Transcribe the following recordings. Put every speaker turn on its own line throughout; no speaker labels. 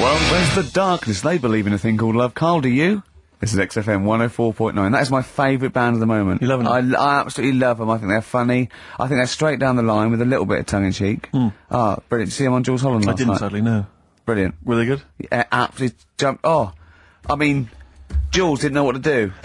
Well, where's the darkness? They believe in a thing called love. Carl, do you? This is XFM 104.9. That is my favourite band at the moment.
You loving
I, I absolutely love them. I think they're funny. I think they're straight down the line with a little bit of tongue in cheek. Ah, brilliant. See them on Jules Holland
Hmm. I
last
didn't,
night.
sadly, no.
Brilliant.
Were they good?
Yeah, absolutely jumped. Oh, I mean, Jules didn't know what to do.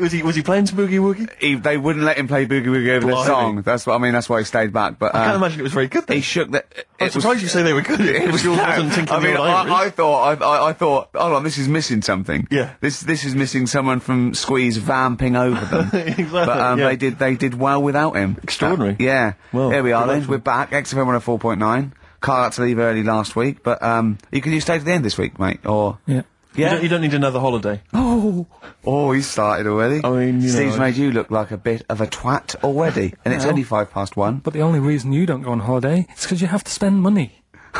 was he was he playing some boogie woogie?
he, they wouldn't let him play Boogie Woogie over the
Blimey.
song. That's what I mean. That's why he stayed back. But
I can't
uh,
imagine it was very good. Then.
he shook that.
I'm
it was-
surprised you say they were good.
It was
Yours
no,
wasn't tinkling
I mean,
the old ivory.
I, I thought, I, I, I thought, hold on, this is missing something.
Yeah.
This, this is missing someone from Squeeze vamping over them.
Exactly,
But um,
yeah.
they did, they did well without him.
Extraordinary.
Uh, yeah.
Well,
Here we are,
good
then.
luck.
We're back. XFM 104.9. Carl had to leave early last week, but um, you could you stay to the end this week, mate, or
yeah.
Yeah.
You don't, you don't need another holiday.
Oh, oh, he started already.
I mean, you know,
Steve's
I-
made you look like a bit of a twat already, and it's
Well.
only five past one.
But the only reason you don't go on holiday is because you have to spend money.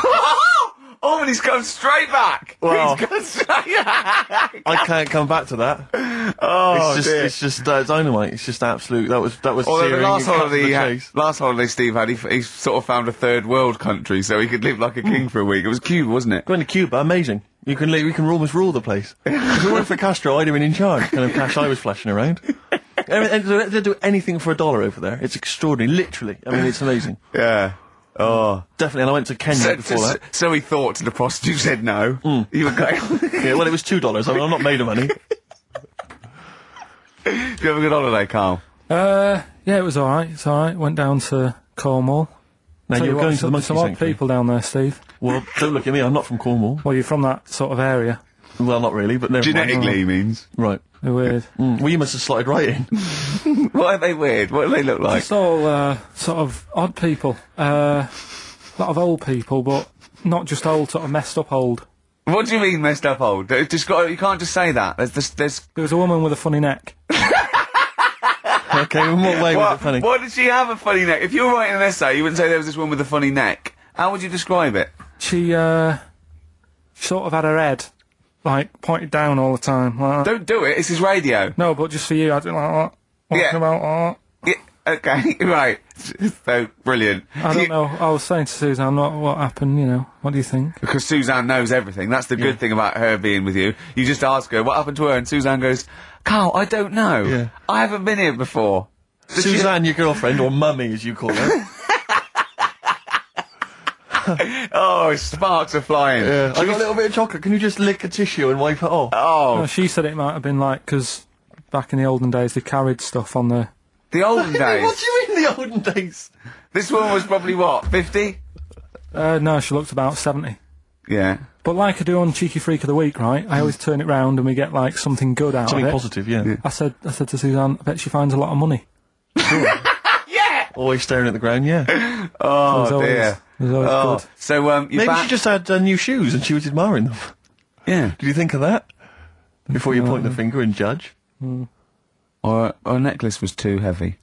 oh, and he's come straight back.
Wow.
He's come straight back.
I can't come back to that.
Oh
it's just
dear.
it's just uh, dynamite. It's just absolute. That was that was.
Although the
searing.
last
It cut to
holiday,
the
he had,
chase.
last holiday Steve had, he, f- he sort of found a third world country so he could live like a king for a week. It was Cuba, wasn't it?
Going to Cuba, amazing. You can li- we can almost rule the place. if it weren't for Castro, I'd have been in charge. Kind of cash I was flashing around. I mean, they they do anything for a dollar over there. It's extraordinary, literally. I mean, it's amazing.
Yeah. Oh.
Definitely. And I went to Kenya
So,
before
so,
that. Hmm.
so he thought to the prostitute, said no. You were going.
Yeah, well, it was two dollars. I mean, I'm not made of money.
Did you have a good holiday, Carl?
Uh, yeah, it was all right. It's all right. Went down to Cornwall.
Now
Tell
you're
you what,
going to
some,
the monkey
some odd
sanctuary.
people down there, Steve.
Well, don't look at me. I'm not from Cornwall.
Well, you're from that sort of area.
Well, not really, but never
Genetically, he means.
Mind. Right.
They're weird.
Mm, well, you must have slotted right in.
Why are they weird? What do they look like?
It's all uh, sort of odd people. Uh, a lot of old people, but not just old, sort of messed up old.
What do you mean messed up old? It's Just got, you can't just say that. There's, there's, there's
There was a woman with a funny neck.
okay, in what way was
what,
it funny?
why did she have a funny neck? If you were writing an essay, you wouldn't say there was this one with a funny neck. How would you describe it?
She uh, sort of had her head like pointed down all the time. Like, that.
Don't do it. It's his radio.
no, but just for you, I didn't like that. Walking
Yeah.
about like that.
Yeah, okay, right. So brilliant.
I
You-
don't know. I was saying to Suzanne, what, what happened, you know, what do you think?
Because Suzanne knows everything. That's the good thing about her being with you. You just ask her what happened to her, and Suzanne goes, "Carl, I don't know.
Yeah.
I haven't been here before." Does she-
Suzanne, your girlfriend, or mummy, as you call her.
oh, sparks are flying.
I got a little bit of chocolate. Can you just lick a tissue and wipe it off?
Oh,
No, she said it might have been like, because back in the olden days they carried stuff on the.
the olden
what
days.
do you mean the olden days?
This woman was probably what fifty.
Uh, no, she looked about 70.
Yeah.
But like I do on Cheeky Freak of the Week, right?
Mm.
I always turn it round and we get like something good out
Something
of it.
positive, yeah.
I said, I said to Suzanne, I bet she finds a lot of money.
Always staring at the ground, yeah.
Oh
There's always-
dear.
there's always
oh.
good.
So um, you
Maybe
back?
she just had uh, new shoes and she was admiring them.
yeah.
Did you think of that? Before you point the
Mm.
finger and judge?
Or or a necklace was too heavy.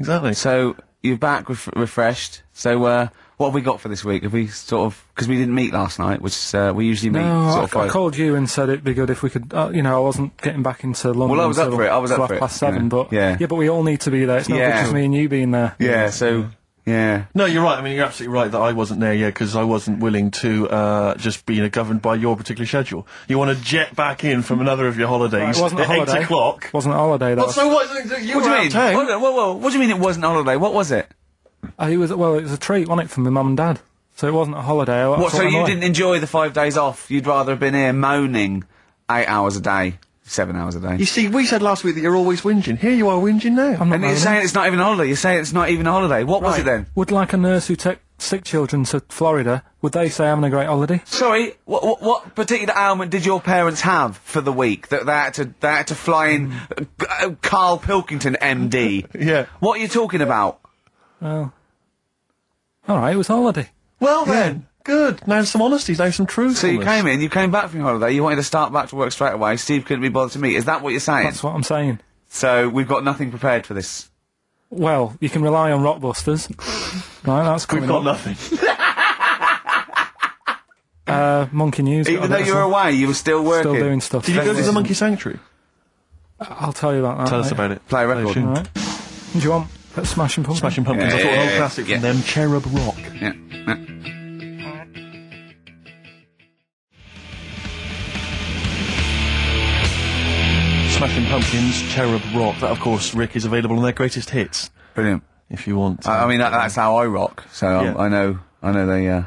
Exactly.
so you're back ref- refreshed. So uh, what have we got for this week? Have we sort of because we didn't meet last night, which uh, we usually meet.
No,
sort
I,
of five-
I called you and said it'd be good if we could. Uh, you know, I wasn't getting back into London.
Well, I was up
until-
for it, I was
till
up for
half
it,
past seven,
yeah.
but
Yeah.
but we all need to be there. It's not
Yeah.
just me and you being there.
Yeah. So yeah.
No, you're right. I mean, you're absolutely right that I wasn't there, yeah, because I wasn't willing to uh, just be you know, governed by your particular schedule. You want to jet back in from another of your holidays
It wasn't a
at
holiday.
eight o'clock.
Wasn't a holiday. That
Well,
was,
so what? You
What
were
do you
out
mean?
of town.
Hold on, whoa, whoa. What do you mean it wasn't a holiday? What was it?
I Uh, was well. It was a treat, wasn't it, from my mum and dad? So it wasn't a holiday. I- I
What?
thought
So
I'm
you
away.
didn't enjoy the five days off? You'd rather have been here moaning eight hours a day, seven hours a day.
You see, we said last week that you're always whinging. Here you are whinging now.
I'm not
and you're
moaning.
saying it's not even a holiday. You're saying it's not even a holiday. What was it then?
Would like a nurse who takes sick children to Florida. Would they say having a great holiday?
Sorry, what, what what particular ailment did your parents have for the week that they had to they had to fly in uh, g- uh, Carl Pilkington MD?
Yeah.
What are you talking about?
Well, all right. It was a holiday.
Well then, good. Now some honesty, now some truth.
So you came in, you came back from your holiday, you wanted to start back to work straight away. Steve couldn't be bothered to meet. Is that what you're saying?
That's what I'm saying.
so we've got nothing prepared for this.
Well, you can rely on Rockbusters. right, that's
We've
coming
got
up.
nothing.
Uh, Monkey News.
Oh,
got a
Even though
bit of
you were
stuff.
away, you were still working.
still doing stuff.
Did you go to the monkey sanctuary?
I'll tell you about that.
Tell us
later.
about it.
Play a record.
Play a tune.
All right. Do you want a smashing pumpkin?
Smashing Pumpkins. I
Yeah,
thought an
yeah,
old
yeah,
classic
yeah.
from them, Cherub Rock.
Yeah. yeah.
Smashing Pumpkins, Cherub Rock. That, of course, Rick is available on their greatest hits.
Brilliant.
If you want,
I, I mean, that, that's how I rock. So um,
Yeah.
I know, I know they. Uh,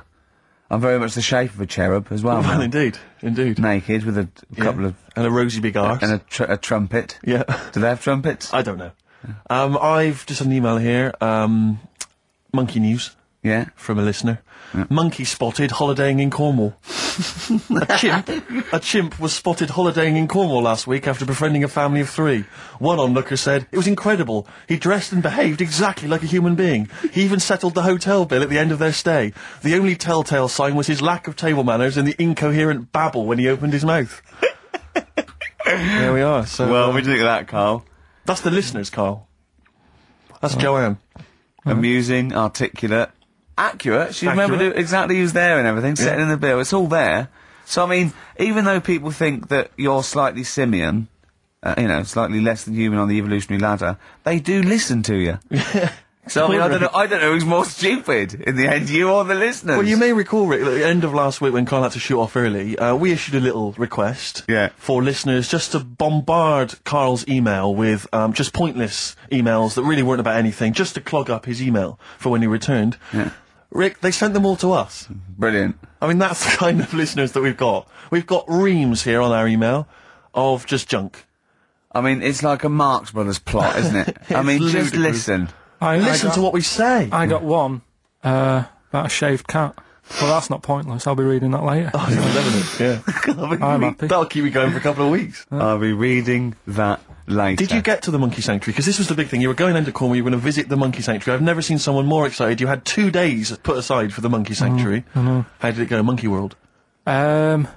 I'm very much the shape of a cherub as well.
well,
Oh, now.
indeed, indeed.
Naked with a
Yeah.
couple of
and a rosy big arse.
and a, tr- a trumpet.
yeah.
Do they have trumpets?
I don't know. Um, I've just had an email here. Um, monkey news
yeah.
from a listener. Monkey spotted holidaying in Cornwall. a chimp, a chimp was spotted holidaying in Cornwall last week after befriending a family of three. One onlooker said it was incredible. He dressed and behaved exactly like a human being. He even settled the hotel bill at the end of their stay. The only telltale sign was his lack of table manners and the incoherent babble when he opened his mouth. there we are. So
Well,
uh,
we think of that, Carl.
that's the listeners, Carl. That's Joanne.
Amusing, articulate, Uh-huh. accurate. She remembered
Accurate.
who- exactly who's there and everything, setting in the bill. It's all there. So I mean, even though people think that you're slightly simian, uh, you know, slightly less than human on the evolutionary ladder, they do listen to you. So I mean, I don't know. I don't know who's more stupid in the end, you or the listeners.
Well, you may recall, Rick, at the end of last week when Carl had to shoot off early, uh, we issued a little request
Yeah.
for listeners just to bombard Carl's email with um, just pointless emails that really weren't about anything, just to clog up his email for when he returned.
Yeah.
Rick, they sent them all to us.
Brilliant.
I mean, that's the kind of listeners that we've got. We've got reams here on our email of just junk.
I mean, it's like a Marx Brothers plot, isn't it? I mean, just
ludicrous.
listen.
I,
Listen
I got,
to what we say.
I got one uh, about a shaved cat. Well, that's not pointless. I'll be reading that later.
yeah.
I'm happy.
That'll keep me going for a couple of weeks.
I'll be reading that later.
Did you get to the monkey sanctuary? Because this was the big thing. You were going into Cornwall. You were going to visit the monkey sanctuary. I've never seen someone more excited. You had two days put aside for the monkey sanctuary. How did it go, Monkey World?
Um,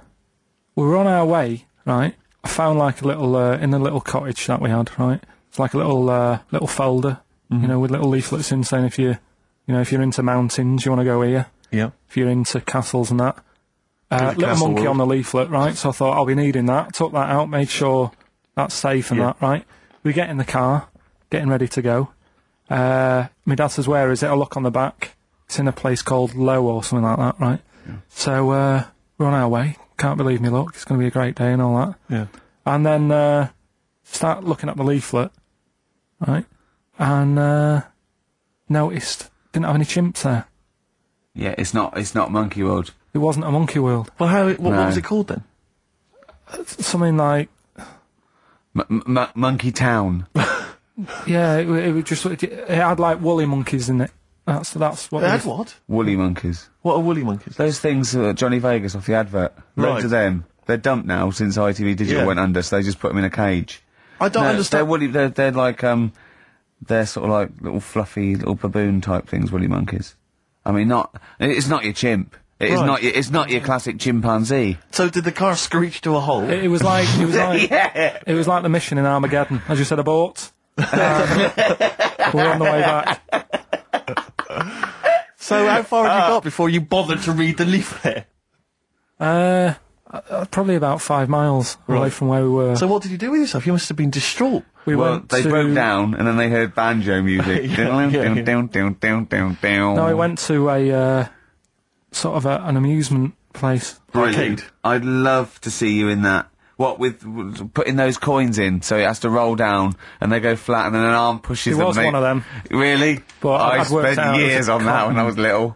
we were on our way, right? I found like a little uh, in the little cottage that we had, right? It's like a little uh, little folder, you know, with little leaflets in saying if you, you know, if you're into mountains, you want to go here.
Yeah.
If you're into castles and that, uh,
the
little
castle
monkey
world.
on the leaflet, right? So I thought I'll be needing that. Took that out, made sure that's safe and
Yeah.
that, right? We get in the car, getting ready to go. Uh, my dad says, "Where is it?" I look on the back. It's in a place called Low or something like that, right? So uh, we're on our way. Can't believe me luck. It's going to be a great day and all that.
Yeah.
And then uh, start looking at the leaflet, right? And uh, noticed didn't have any chimps there.
Yeah, it's not. It's not Monkey World.
It wasn't a monkey world.
Well, how? What,
No.
what was it called then?
It's something like
M- m- m- monkey Town.
yeah, it, wa- it was just it, it had like woolly monkeys in it. That's that's what.
They
it
had
was.
what?
Woolly monkeys.
What are woolly monkeys?
Those things uh, Johnny Vegas off the advert. Loads
Right.
of them. They're dumped now since ITV Digital
Yeah.
went under, so they just put them in a cage.
I don't
No, They're
understand.
woolly. They're, they're like um, they're sort of like little fluffy little baboon type things. Woolly monkeys. I mean, not. It's not your chimp. It is
Right.
not. Your, it's not your classic chimpanzee.
So did the car screech to a halt?
It, it was like it was like
yeah.
it was like the mission in Armageddon. As you said, abort. Um, we're on the way back.
so how far had you got before you bothered to read the leaflet?
Uh, uh, probably about five miles away
Right.
from where we were.
So what did you do with yourself? You must have been distraught.
we
Well,
went
they
to,
broke down and then they heard banjo music.
Yeah, yeah, yeah.
Down, down, down, down, down.
No, we went to a uh, sort of a, an amusement place.
Brilliant.
Arcade.
I'd love to see you in that. What with w- putting those coins in, so it has to roll down and they go flat, and then an arm pushes.
It
them,
was
mate.
one of them.
Really?
But
I
I'd worked
spent
out it was
years
a
on that
con.
when I was little.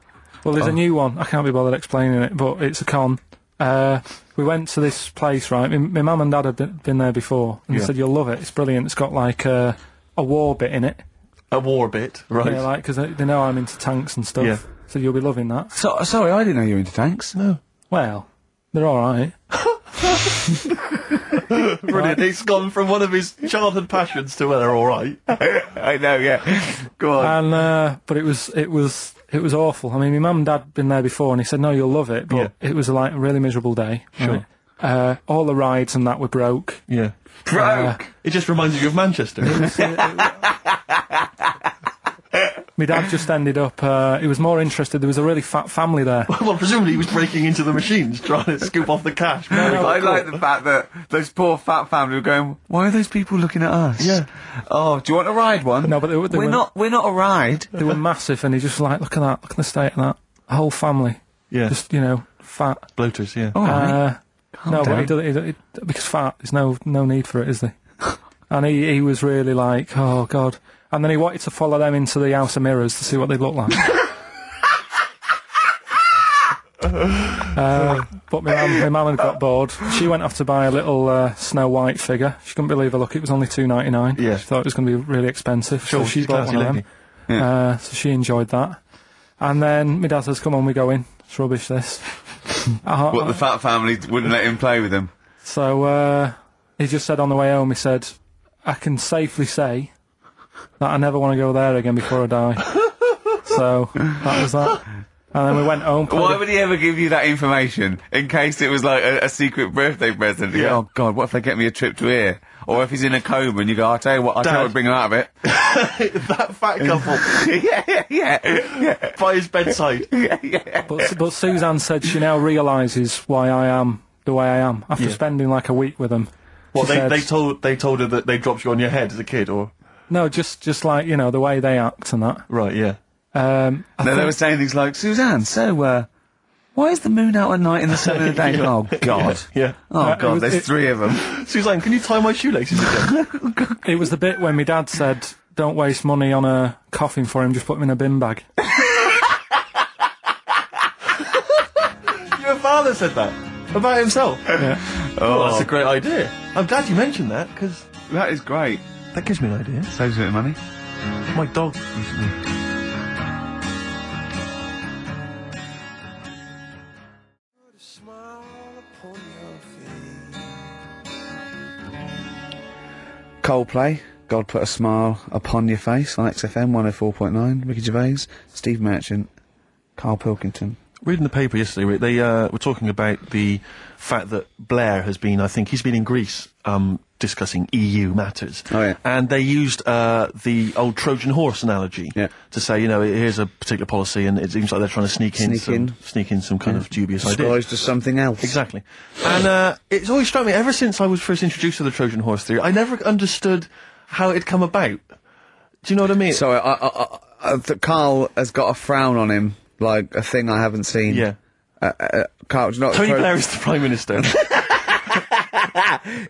Oh.
Well, there's a new one. I can't be bothered explaining it, but it's a con. Uh, we went to this place, right? My, my mum and dad had been, been there before, and
Yeah.
they said, "You'll love it. It's brilliant. It's got like uh, a war bit in it,
A war bit, right?
you know, like because they, they know I'm into tanks and stuff.
Yeah.
So you'll be loving that.
So sorry, I didn't know you were into tanks.
no.
Well, they're all right.
Brilliant. It's gone from one of his childhood passions to, well, they're all right.
I know, yeah. Go on.
And uh, but it was it was it was awful. I mean, my mum and dad had been there before, and he said, "No, you'll love it," but it was like a really miserable day. right? Uh, all the rides and that were broke.
Yeah.
Broke.
It just reminds you of Manchester.
My dad just ended up. Uh, he was more interested. There was a really fat family there.
well, presumably he was breaking into the machines trying to scoop off the cash.
I like the fact that those poor fat family were going. Why are those people looking at us?
Yeah.
Oh, do you want a ride one?
No, but they were- they
we're
were-
not. We're not a ride.
They were massive, and he just like, look at that, look at the state of that. A whole family,
Yeah.
just you know, fat.
bloaters, yeah.
All right.
Uh, no, but
down.
he does it, he, because fat. There's no no need for it, is there? and he, he was really like, oh god. And then he wanted to follow them into the House of Mirrors to see what they'd look like. Uh, but my mum, my mum had got bored. She went off to buy a little uh, Snow White figure. She couldn't believe her luck. It was only two ninety nine.
Yeah.
She thought it was going to be really expensive.
Sure,
so she
she's
bought
classy
one of them.
lady.
Uh, so she enjoyed that. And then my dad says, "Come on, we go in. It's rubbish. This." Uh,
But the fat family wouldn't let him play with them.
so uh, he just said on the way home, he said, I can safely say that I never want to go there again before I die. so that was that. And then we went home. played
Why
a-
would he ever give you that information in case it was like a, a secret birthday present? You go,
Yeah.
Oh God, what if they get me a trip to here? Or if he's in a coma and you go, I'll tell you what, I'll tell you what
Dad.
would bring him out of it.
that fat couple
yeah, yeah, yeah, yeah,
by his bedside.
yeah, yeah.
but, but Suzanne said she now realises why I am the way I am after
Yeah.
spending like a week with them.
What
She
they,
said-
they told they told her that they dropped you on your head as a kid, or
No, just just like you know the way they act and that.
right? Yeah.
Um, I
No,
think-
they were saying things like, Suzanne, so, uh, why is the moon out at night and the sun in the day? Oh God.
Yeah.
Oh
Uh, it
God,
was-
there's
it-
three of them.
Suzanne, can you tie my shoelaces again?
It was the bit when my dad said, "Don't waste money on a coffin for him. Just put him in a bin bag."
Your father said that about himself.
Yeah.
Oh, that's a great idea. I'm glad you mentioned that because
That is great.
that gives me an idea.
Saves a bit of money.
My dog.
Coldplay, God Put a Smile Upon Your Face on XFM 104.9, Ricky Gervais, Steve Merchant, Carl Pilkington.
Reading the paper yesterday, Rick, they uh, were talking about the fact that Blair has been, I think, he's been in Greece um, discussing EU matters.
Oh, yeah.
And they used uh, the old Trojan horse analogy
Yeah.
to say, you know, here's a particular policy, and it seems like they're trying to sneak in,
Sneak
some,
in.
sneak in some kind of dubious idea.
Disguised as something else.
Exactly. And uh, it's always struck me, ever since I was first introduced to the Trojan horse theory, I never understood how it had come about. Do you know what I mean?
So, I, I, I, I, th- Carl has got a frown on him, like a thing I haven't seen.
Yeah.
Uh, uh, Carl, do you know what the
Tony
Tro-
Blair is the Prime
Um,
Minister.
you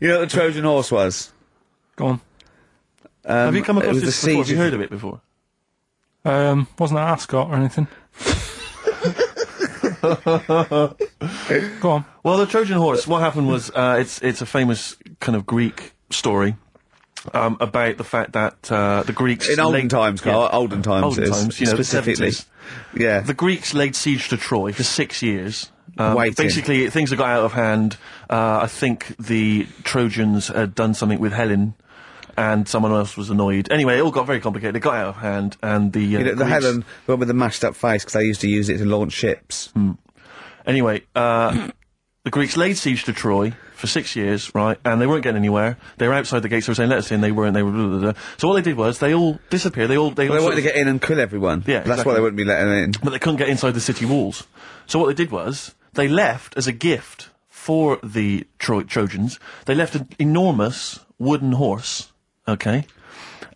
know what the Trojan horse was?
Go on.
Have you come
it
across
was
this
the
before? Have
siege
you
of-
heard of it before?
Um, wasn't that Ascot or anything? Go on.
Well, the Trojan horse. What happened was uh, it's it's a famous kind of Greek story um, about the fact that uh, the Greeks
In olden
laid-
times, Carl.
Yeah.
Olden times,
Olden
it is,
times, you know, the
specifically.
70s.
yeah.
the Greeks laid siege to Troy for six years. Um,
Waiting.
basically, things had got out of hand. Uh, I think the Trojans had done something with Helen, and someone else was annoyed. Anyway, it all got very complicated. It got out of hand, and the uh,
You know, the
Greeks-
Helen, but with the mashed up face, because they used to use it to launch ships.
Mm. Anyway, uh, the Greeks laid siege to Troy for six years, right? And they weren't getting anywhere. They were outside the gates. They were saying, "Let us in." They weren't. They were. Blah, blah, blah. So what they did was they all disappeared. They all. They, all
They
sort
wanted to
of-
get in and kill everyone.
Yeah,
That's why
exactly.
they wouldn't be letting in.
but they couldn't get inside the city walls. So what they did was they left as a gift for the Tro- Trojans. They left an enormous wooden horse, okay,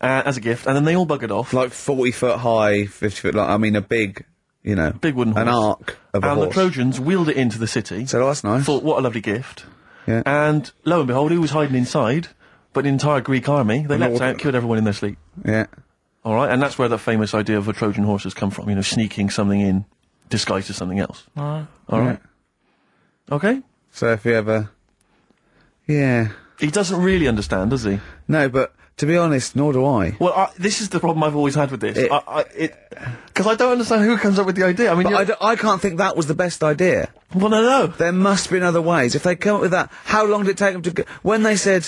uh, as a gift, and then they all buggered off.
Like 40 foot high, 50 foot long. I mean, a big, you know.
Big wooden
An
horse.
arc of a
and the
horse.
Trojans wheeled it into the city.
so that's nice.
thought, what a lovely gift.
Yeah.
And lo and behold, who was hiding inside? But the entire Greek army. They leapt
all the-
out, killed everyone in their sleep.
yeah.
All right, and that's where that famous idea of a Trojan horse has come from. You know, sneaking something in, disguised as something else.
Alright.
All right. Okay.
So if you ever. Yeah.
He doesn't really understand, does he?
No, but to be honest, nor do I.
Well, I, this is the problem I've always had with this.
It-
I, I, it, because I don't understand who comes up with the idea. I mean,
But
you
I, d- I can't think that was the best idea.
well, no, no.
There must be other ways. If they come up with that, how long did it take them to go? When they said,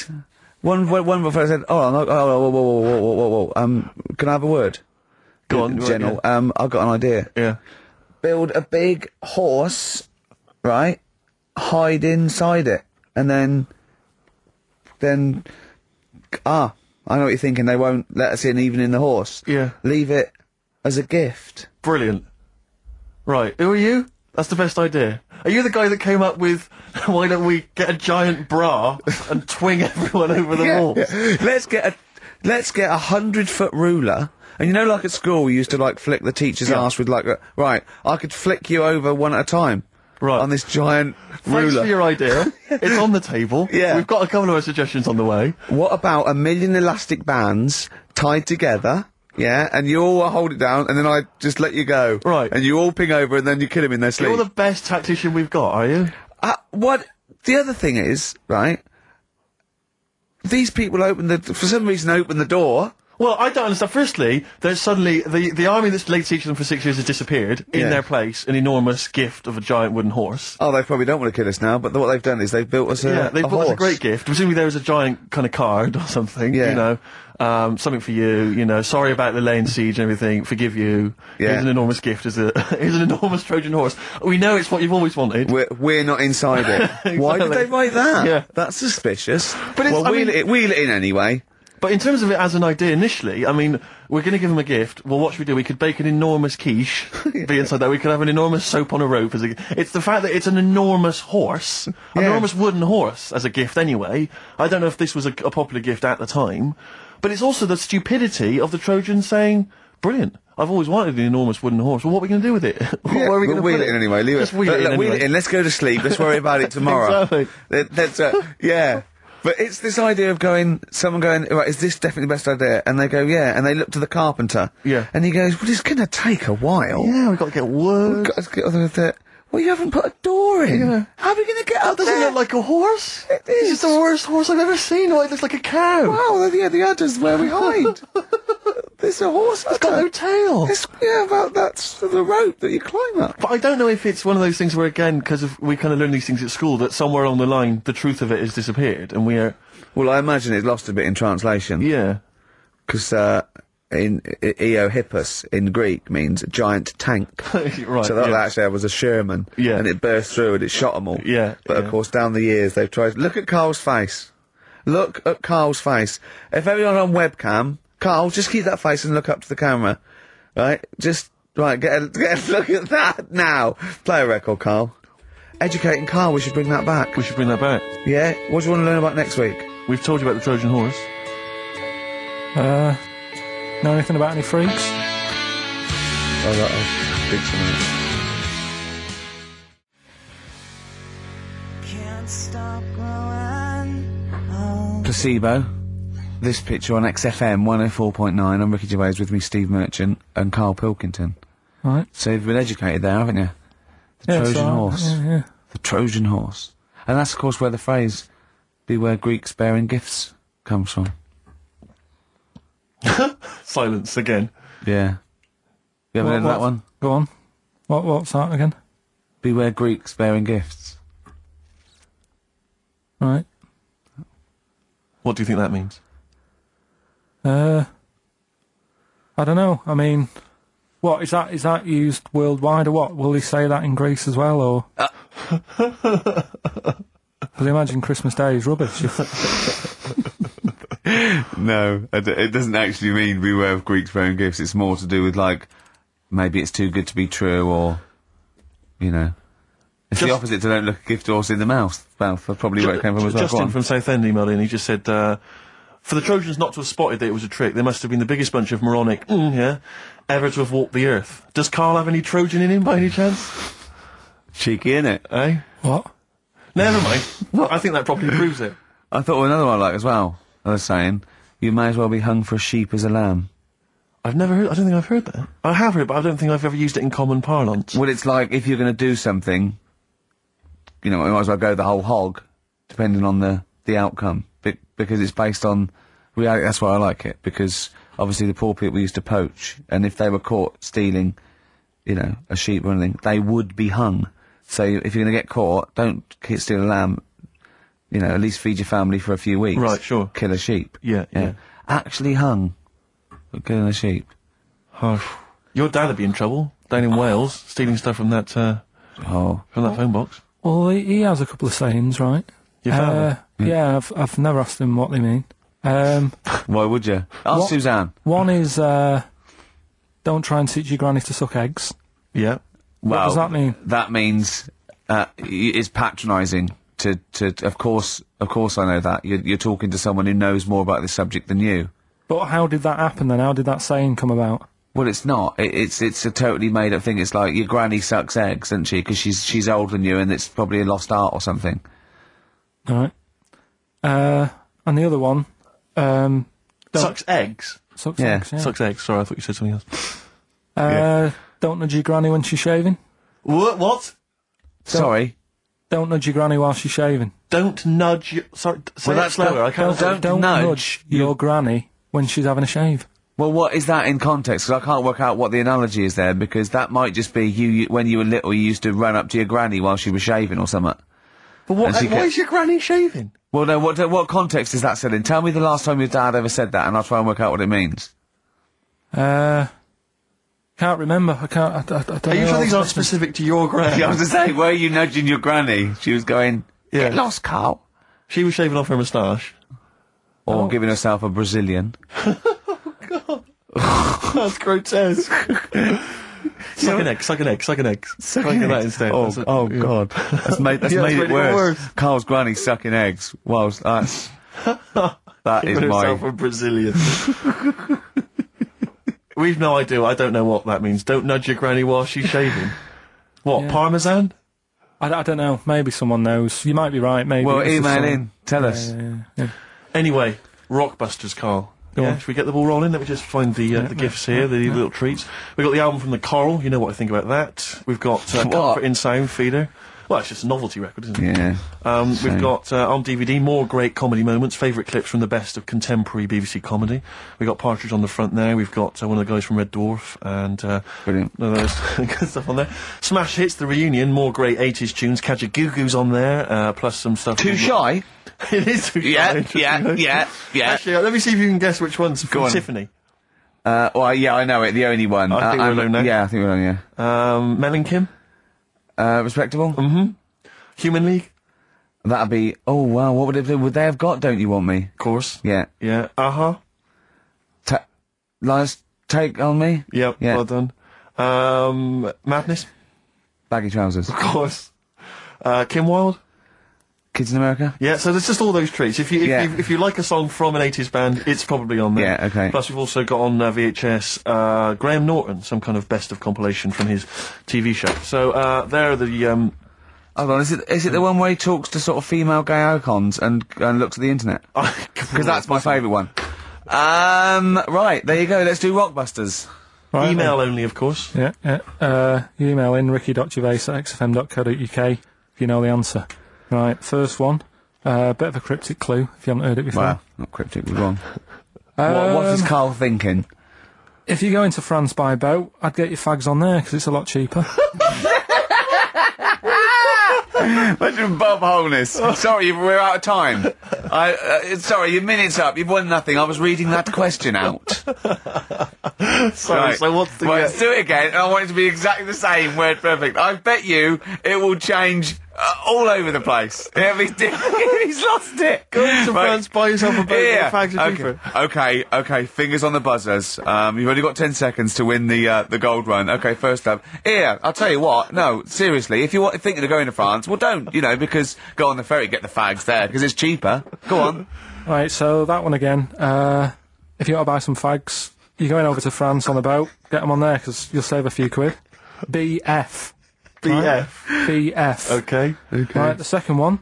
one, one, one fellow said, oh, I'm not- oh, whoa, whoa, whoa, whoa, whoa, whoa, whoa, um, can I have a word?
Go on, you're right,
General, um, I've got an idea.
Yeah.
build a big horse, right? Hide inside it, and then, then, ah, I know what you're thinking. They won't let us in, even in the horse.
Yeah.
Leave it as a gift.
Brilliant. Right, who are you? That's the best idea. Are you the guy that came up with why don't we get a giant bra and twing everyone over the wall?
let's get a, let's get a hundred foot ruler. And you know, like at school, we used to like flick the teacher's
Yeah.
ass with like, a, right, I could flick you over one at a time.
Right.
on this giant
Thanks
ruler.
for your idea. it's on the table.
Yeah.
We've got a couple of other suggestions on the way.
What about a million elastic bands tied together? Yeah, and you all hold it down, and then I just let you go.
Right.
And you all ping over, and then you kill him in their sleep.
You're the best tactician we've got, are you?
Uh, what the other thing is, right? These people open the for some reason open the door.
Well, I don't understand. Firstly, there's suddenly the, the army that's laid teaching them for six years has disappeared.
Yeah.
In their place, an enormous gift of a giant wooden horse.
Oh, they probably don't want to kill us now, but what they've done is they've built us a,
yeah, they
a
brought us a
horse.
great gift. Presumably there was a giant kind of card or something.
Yeah.
You know, um, something for you. You know, sorry about the lane siege and everything. Forgive you.
Yeah.
Here's an enormous gift. Is a here's an enormous Trojan horse. We know it's what you've always wanted.
We're, we're not inside it. Why did
Exactly.
they write that?
Yeah.
That's suspicious.
But it's-
well,
I
wheel,
mean-
it, wheel it in anyway.
But in terms of it as an idea initially, I mean, we're going to give them a gift. Well, what should we do? We could bake an enormous quiche, be inside that. We could have an enormous soap on a rope. As a, it's the fact that it's an enormous horse, an
Yeah.
enormous wooden horse as a gift anyway. I don't know if this was a, a popular gift at the time, but it's also the stupidity of the Trojans saying, brilliant. I've always wanted an enormous wooden horse. Well, what are we going to do with it? Where are
we'll
we going to
wheel
put
it in anyway. Leave
Just
it.
wheel
Look,
it in
look, wheel
anyway.
it in. Let's go to sleep. Let's worry about it tomorrow.
Exactly.
That- that's, uh, yeah. But it's this idea of going, someone going, right, is this definitely the best idea? And they go, yeah. And they look to the carpenter.
Yeah.
And he goes, well, it's going to take a while.
Yeah, we've got to get wood.
Got to get on with it. Well, you haven't put a door in.
Yeah.
How are we going to get out
Oh, Doesn't
there?
it look like a horse?
It
This
is.
the worst horse I've ever seen. Oh, it looks like a cow.
wow, Oh, the, the udder's where we hide. There's a horse.
It's got no tail.
It's, yeah, about that's the rope that you climb up.
But I don't know if it's one of those things where, again, because we kind of learn these things at school, that somewhere along the line, the truth of it has disappeared, and we are,
Well, I imagine it's lost a bit in translation.
yeah.
because uh, in I- Eohippus in Greek means giant tank.
right.
So that
yeah.
actually was a Sherman,
Yeah.
and it burst through and it shot them all.
Yeah,
but of
yeah.
course, down the years they've tried. Look at Carl's face. Look at Carl's face. If everyone on webcam, Carl, just keep that face and look up to the camera, right? Just right, get a, get a look at that now. Play a record, Carl. Educating Carl, we should bring that back.
We should bring that back.
Yeah, what do you want to learn about next week?
We've told you about the Trojan horse.
Uh, know anything about any freaks?
Oh, that big tonight.
Can't stop growing old.
Placebo. This picture on XFM 104.9. I'm Ricky Gervais with me, Steve Merchant and Carl Pilkington.
Right.
So you've been educated there, haven't you? The
Yeah,
Trojan
so-
horse.
Yeah, yeah.
The Trojan horse. And that's, of course, where the phrase, beware Greeks bearing gifts, comes from.
Silence again.
Yeah. You ever
What-
heard of that
what-
one?
Go on. What? What's that again?
Beware Greeks bearing gifts.
Right.
What do you think that means?
Uh, I don't know. I mean, what is that? Is that used worldwide or what? Will they say that in Greece as well or? Because imagine Christmas Day is rubbish.
No, it doesn't actually mean beware of Greeks bearing gifts. It's more to do with, like, maybe it's too good to be true or, you know. It's the
Just-
opposite to don't look a gift horse in the mouth. Mouth, that's probably where it came from as well. Go
Justin
on.
from Southend emailed in. He just said, uh, "For the Trojans not to have spotted that it was a trick, they must have been the biggest bunch of moronic mm, yeah ever to have walked the earth." Does Carl have any Trojan in him by any chance?
Cheeky, innit?
eh?
what?
Never mind. I think that probably proves it.
I thought of another one I like as well. Another saying, you may as well be hung for a sheep as a lamb.
I've never heard. I don't think I've heard that. I have heard, it, but I don't think I've ever used it in common parlance.
Well, it's like if you're going to do something, you know, you might as well go the whole hog, depending on the, the outcome. Be- because it's based on reality. That's why I like it. Because obviously the poor people used to poach, and if they were caught stealing, you know, a sheep or anything, they would be hung. So if you're going to get caught, don't ki- steal a lamb. You know, at least feed your family for a few weeks.
Right, sure.
Kill a sheep.
Yeah, yeah.
Actually hung for killing a sheep.
Oh, your dad would be in trouble down in Wales, stealing stuff from that uh,
Oh.
from that phone box.
Well, he, he has a couple of sayings, right?
Your father.
Uh, yeah, I've I've never asked him what they mean. Um,
Why would you? Ask
What-
Suzanne.
one is uh, don't try and teach your granny to suck eggs.
Yeah.
Well,
does that mean?
That means uh, y- it's patronising. To, to, of course, of course, I know that you're, you're talking to someone who knows more about this subject than you.
But how did that happen then? How did that saying come about?
Well, it's not. It, it's it's a totally made up thing. It's like your granny sucks eggs, doesn't she? Because she's she's older than you, and it's probably a lost art or something.
All right. Uh, and the other one, um, Don't-
Sucks eggs.
sucks
Yeah,
eggs, yeah.
Sucks eggs. Sorry, I thought you said something else.
uh,
yeah.
Don't nudge your granny when she's shaving.
What? what?
Sorry.
Don't nudge your granny while she's shaving.
Don't nudge. Your, sorry, d- say
Well,
that
that's
slower. I can't.
Don't,
don't nudge
nudge your granny when she's having a shave.
Well, what is that in context? 'Cause I can't work out what the analogy is there because that might just be you, you when you were little, you used to run up to your granny while she was shaving or something.
But what,
As you
why
get-
is your granny shaving?
Well, no. What what context is that said in? Tell me the last time your dad ever said that, and I'll try and work out what it means.
Uh, can't remember. I can't. I, I, I don't
Are you
know.
sure these aren't specific to your granny?
Yeah, I was to say, were you nudging your granny? She was going,
Yeah.
"Get lost, Carl,"
She was shaving off her moustache.
or
Oh.
giving herself a Brazilian.
That's grotesque. suck an egg, suck an egg, suck an egg. Suck
Sucking
that
eggs.
instead.
Oh,
That's it.
oh
Yeah.
God, that's made that's
Yeah, it's
made it
made it
worse.
worse.
Carl's granny sucking eggs. Wow, that's that is
Give
my
yourself a Brazilian. We've no idea. I don't know what that means. Don't nudge your granny while she's shaving. What parmesan?
I, I don't know. Maybe someone knows. You might be right. Maybe.
well.
it's just
Email
someone-
in, tell us.
Yeah, yeah, yeah.
Anyway, Rockbusters, Carl.
Go
yeah,
on.
should we get the ball rolling? Let me just find the uh, the gifts here, the little treats. We've got the album from the Coral. You know what I think about that. We've got uh,
What?
Comfort in Sound Feeder. Well, it's just a novelty record, isn't it?
Yeah.
Um, we've
Same.
got uh, on DVD more great comedy moments, favourite clips from the best of contemporary BBC comedy. We've got Partridge on the front there. We've got uh, one of the guys from Red Dwarf and uh,
Brilliant.
no, there's good stuff on there. Smash hits the reunion, more great 80s tunes. Kajagoogoo's on there, uh, plus some stuff.
Too shy.
it is too shy.
Yeah,
interesting
yeah,
notion.
yeah, yeah.
Actually, uh, let me see if you can guess which one's from
on.
Tiffany.
Uh, well, yeah, I know it. The only one.
I
Uh,
think we're
I'm-
alone now.
Yeah, I think we're alone. Yeah.
Um, Mel and Kim, Mm-hmm.
Uh, respectable.
Human League,
That'd be. Oh wow, what would it Would they have got? Don't you want me?
of course.
Yeah.
Yeah. Aha. Uh-huh.
Ta- lies take on me.
Yep,
Yeah.
well done. Um, Madness,
Baggy trousers.
of course. Uh, Kim Wilde.
Kids in America.
Yeah, so there's just all those treats. If you if,
Yeah.
you if you like a song from an 80s band, it's probably on there.
Yeah, okay.
Plus, we've also got on uh, VHS uh, Graham Norton, some kind of best of compilation from his TV show. So uh, there are the um,
Hold on, is it is it the one where he talks to sort of female gay icons and and looks at the internet? Because that's my favourite one. Um, right, there you go. Let's do Rockbusters.
Right,
email only, of course.
Yeah, yeah. Uh, you email in ricky.gervais at xfm.co.uk if you know the answer. Right, first one. Uh, bit of a cryptic clue if you haven't heard it before.
Wow, not cryptic, we're wrong. what, what is
Um,
Carl thinking?
If you go into France by boat, I'd get your fags on there because it's a lot cheaper.
Imagine Bob Holness. sorry, you- we're out of time. I, uh, it's- sorry, your minute's up. You've won nothing. I was reading that question out.
Sorry, so what's the
Well,
uh,
let's do it again, and I want it to be exactly the same, word perfect. I bet you it will change uh, all over the place. It'll be di- He's lost it.
Go into France, buy yourself a boat, get
Yeah.
fags are cheaper.
okay. okay, okay, fingers on the buzzers. Um, you've only got ten seconds to win the uh, the gold run. Okay, first up. Here, I'll tell you what. No, seriously, if you want, thinking of going to France, well, don't. You know, because go on the ferry, get the fags there because it's cheaper. Go on.
right, so that one again. Uh, if you want to buy some fags, you're going over to France on a boat, get them on there because you'll save a few quid. BF.
BF?
BF.
Okay. Okay.
Right, the second one.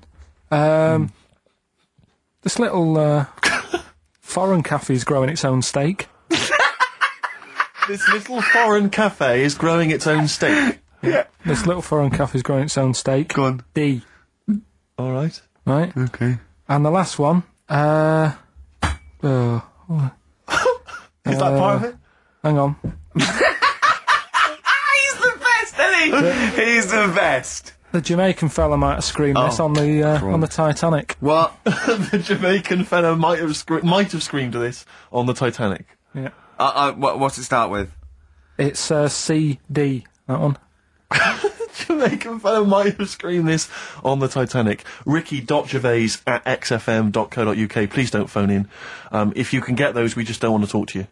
Um, This little uh, foreign cafe's growing its own steak.
This little foreign cafe is growing its own steak.
This little foreign cafe's growing its own steak.
Go on.
D.
All right.
Right?
Okay.
And the last one. Uh, oh,
Is that part of it?
hang on.
He's the best, isn't he? He's the best.
The Jamaican fella might have screamed this
Oh,
on the uh, on the Titanic.
What? Uh,
the Jamaican fellow might have scre- might have screamed this on the Titanic.
Yeah.
Uh, uh, what, what's it start with?
It's uh, C D. That one.
Jamaican fellow might have screamed this on the Titanic. Ricky.gervais at xfm.co.uk. Please don't phone in. Um, if you can get those, we just don't want to talk to you.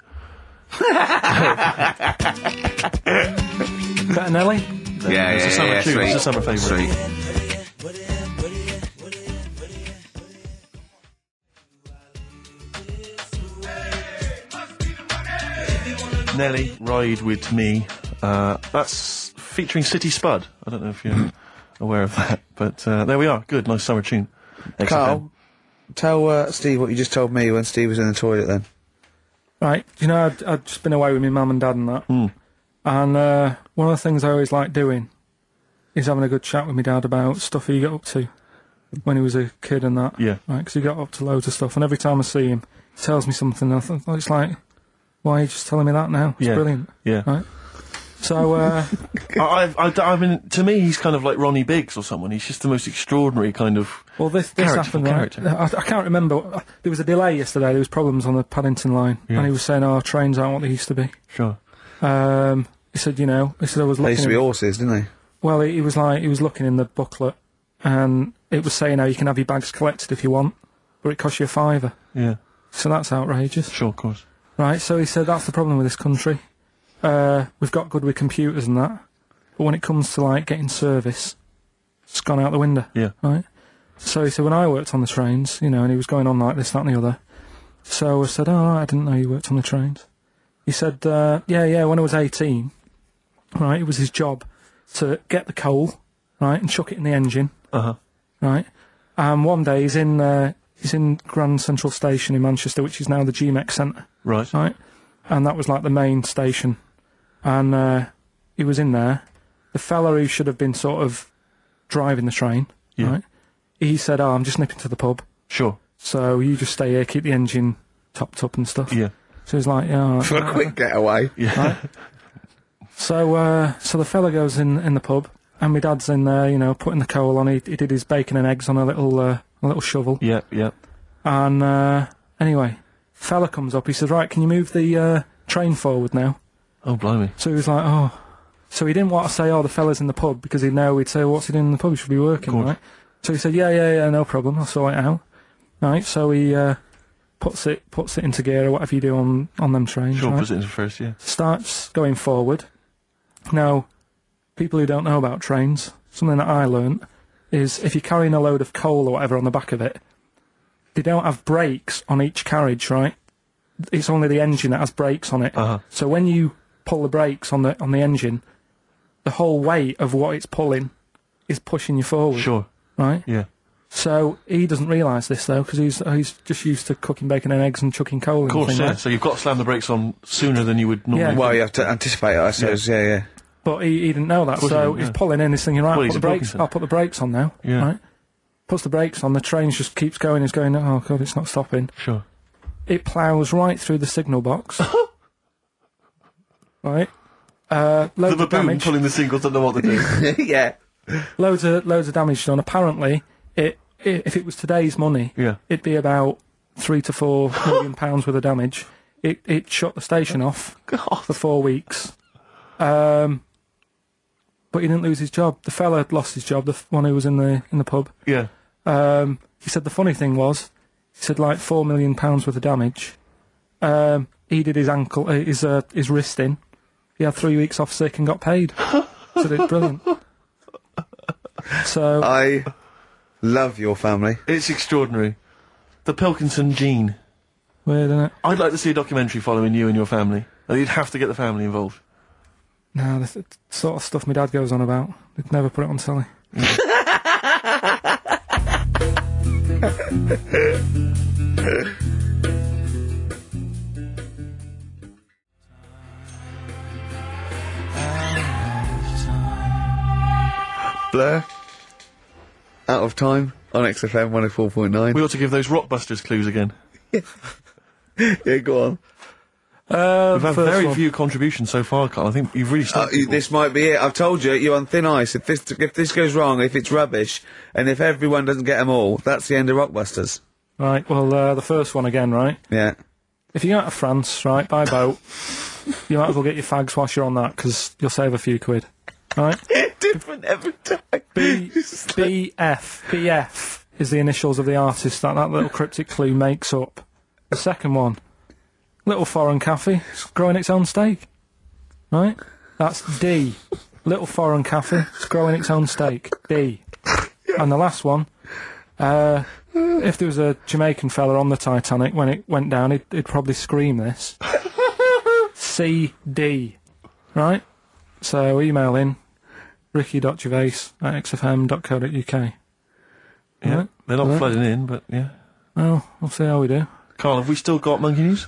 Better Nelly.
Yeah, yeah,
it's a summer
yeah,
tune.
sweet.
It's a summer favourite.
Sweet.
If you wanna know
Nelly, Ride With Me. Uh, that's featuring City Spud. I don't know if you're aware of that, but uh, there we are. Good, nice summer tune. XFM.
Carl, tell uh, Steve what you just told me when Steve was in the toilet then.
Right, you know, I'd, I'd just been away with my mum and dad and that.
Hmm.
And uh, one of the things I always like doing is having a good chat with my dad about stuff he got up to when he was a kid and that.
Yeah.
Right, 'cause he got up to loads of stuff. And every time I see him, he tells me something. And I think, it's like, why are you just telling me that now? It's
Yeah.
brilliant.
Yeah.
Right. So, uh,
I, I've- I, I mean, to me, he's kind of like Ronnie Biggs or someone. He's just the most extraordinary kind of.
well, this, this
Character,
happened. Right?
character.
I, I can't remember. uh, There was a delay yesterday. There was problems on the Paddington line,
Yeah.
and he was saying, "Our trains aren't what they used to be."
Sure.
Um, he said, "You know," he said, "I was
They
looking."
used to be
at-
horses, didn't they?
Well, he he was like he was looking in the booklet, and it was saying how you can have your bags collected if you want, but it costs you a fiver.
Yeah.
So that's outrageous,
Sure, of course.
right? So he said that's the problem with this country. Uh, we've got good with computers and that, but when it comes to like getting service, it's gone out the window,
Yeah.
right? So he said when I worked on the trains, you know, and he was going on like this, that, and the other. So I said, "Oh, right, I didn't know you worked on the trains." He said, uh, "Yeah, yeah. When I was 18, right, it was his job to get the coal, right, and chuck it in the engine,
Uh huh.
right. And one day he's in uh, he's in Grand Central Station in Manchester, which is now the GMEX Centre,
Right.
right? And that was like the main station. And uh, he was in there. The fellow who should have been sort of driving the train,
Yeah.
right? He said, "Oh, I'm just nipping to the pub,
Sure.
so you just stay here, keep the engine topped up and stuff."
Yeah.
So he's like, "Yeah." all right."
For a quick getaway.
So, uh, so the fella goes in in the pub, and my dad's in there, you know, putting the coal on. He, he did his bacon and eggs on a little uh, a little shovel.
Yeah. Yeah.
And uh, anyway, fella comes up. He says, "Right, can you move the uh, train forward now?"
Oh, blimey.
So he was like, "Oh." So he didn't want to say, "Oh, the fella's in the pub," because he'd know he'd say, "What's he doing in the pub? He should be working,
course.
right?" So he said, "Yeah, yeah, yeah, no problem. I'll sort it out." Right. So he uh, puts it puts it into gear or whatever you do on on them trains.
Sure,
right?
put it in first, yeah.
starts going forward. Now, people who don't know about trains, something that I learnt is if you're carrying a load of coal or whatever on the back of it, they don't have brakes on each carriage, right? It's only the engine that has brakes on it.
Uh-huh.
So when you pull the brakes on the on the engine, the whole weight of what it's pulling is pushing you forward,
Sure.
right?
Yeah.
So he doesn't realise this though because he's he's just used to cooking bacon and eggs and chucking coal.
Of course,
and
yeah.
things,
So you've got to slam the brakes on sooner than you would normally.
Yeah.
do.
Well, you have to anticipate it, I suppose. Yeah, yeah.
But he, he didn't know that,
course he
so
didn't,
he's
yeah.
pulling in, he's thinking, right,
Well,
I'll
he's
put the
a
brakes,
Wilkinson.
I'll put the brakes on now.
Yeah.
Right? Puts the brakes on, the train just keeps going, he's going, oh god, it's not stopping.
Sure.
It ploughs right through the signal box. right? Uh,
The
loads of
baboon
damage.
pulling the singles don't know what to do.
Yeah. yeah.
Loads of loads of damage done. Apparently, it, i if it was today's money,
Yeah.
it'd be about three to four million pounds worth of damage. It it shut the station off for four weeks. Um, but he didn't lose his job. The fella had lost his job. The f- one who was in the in the pub.
Yeah.
Um, he said the funny thing was, he said like four million pounds worth of damage. Um, he did his ankle, uh, his uh, his wrist in. He had three weeks off sick and got paid. so it's brilliant. So
I love your family.
It's extraordinary. The Pilkinson gene.
weird, isn't it?
I'd like to see a documentary following you and your family. Uh, You'd have to get the family involved.
No, that's the sort of stuff my dad goes on about. They'd never put it on telly.
Blur. Out of time on XFM 104.9.
We ought to give those Rockbusters clues again.
yeah, go on.
Uh,
We've had
first
very
one.
few contributions so far, Carl. I think you've really
Uh,
started.
you- this might be it. I've told you, you're on thin ice. If this if this goes wrong, if it's rubbish, and if everyone doesn't get them all, that's the end of Rockbusters.
Right, well, uh, the first one again, right?
Yeah.
If you go out of France, right, by boat, you might as well get your fags whilst you're on that, because you'll save a few quid. Right?
Different every time.
B- BF. BF is the initials of the artist that that little cryptic clue makes up. The second one, Little Foreign Cafe, it's growing its own steak. Right? That's D. Little Foreign Cafe, it's growing its own steak. D. And the last one, uh, if there was a Jamaican fella on the Titanic when it went down, he'd, he'd probably scream this. CD. Right? So email in ricky.gervais at xfm.co.uk.
Yeah.
Right.
They're not
Right.
flooding in, but yeah.
Well, we'll see how we do.
Carl, have we still got monkey news?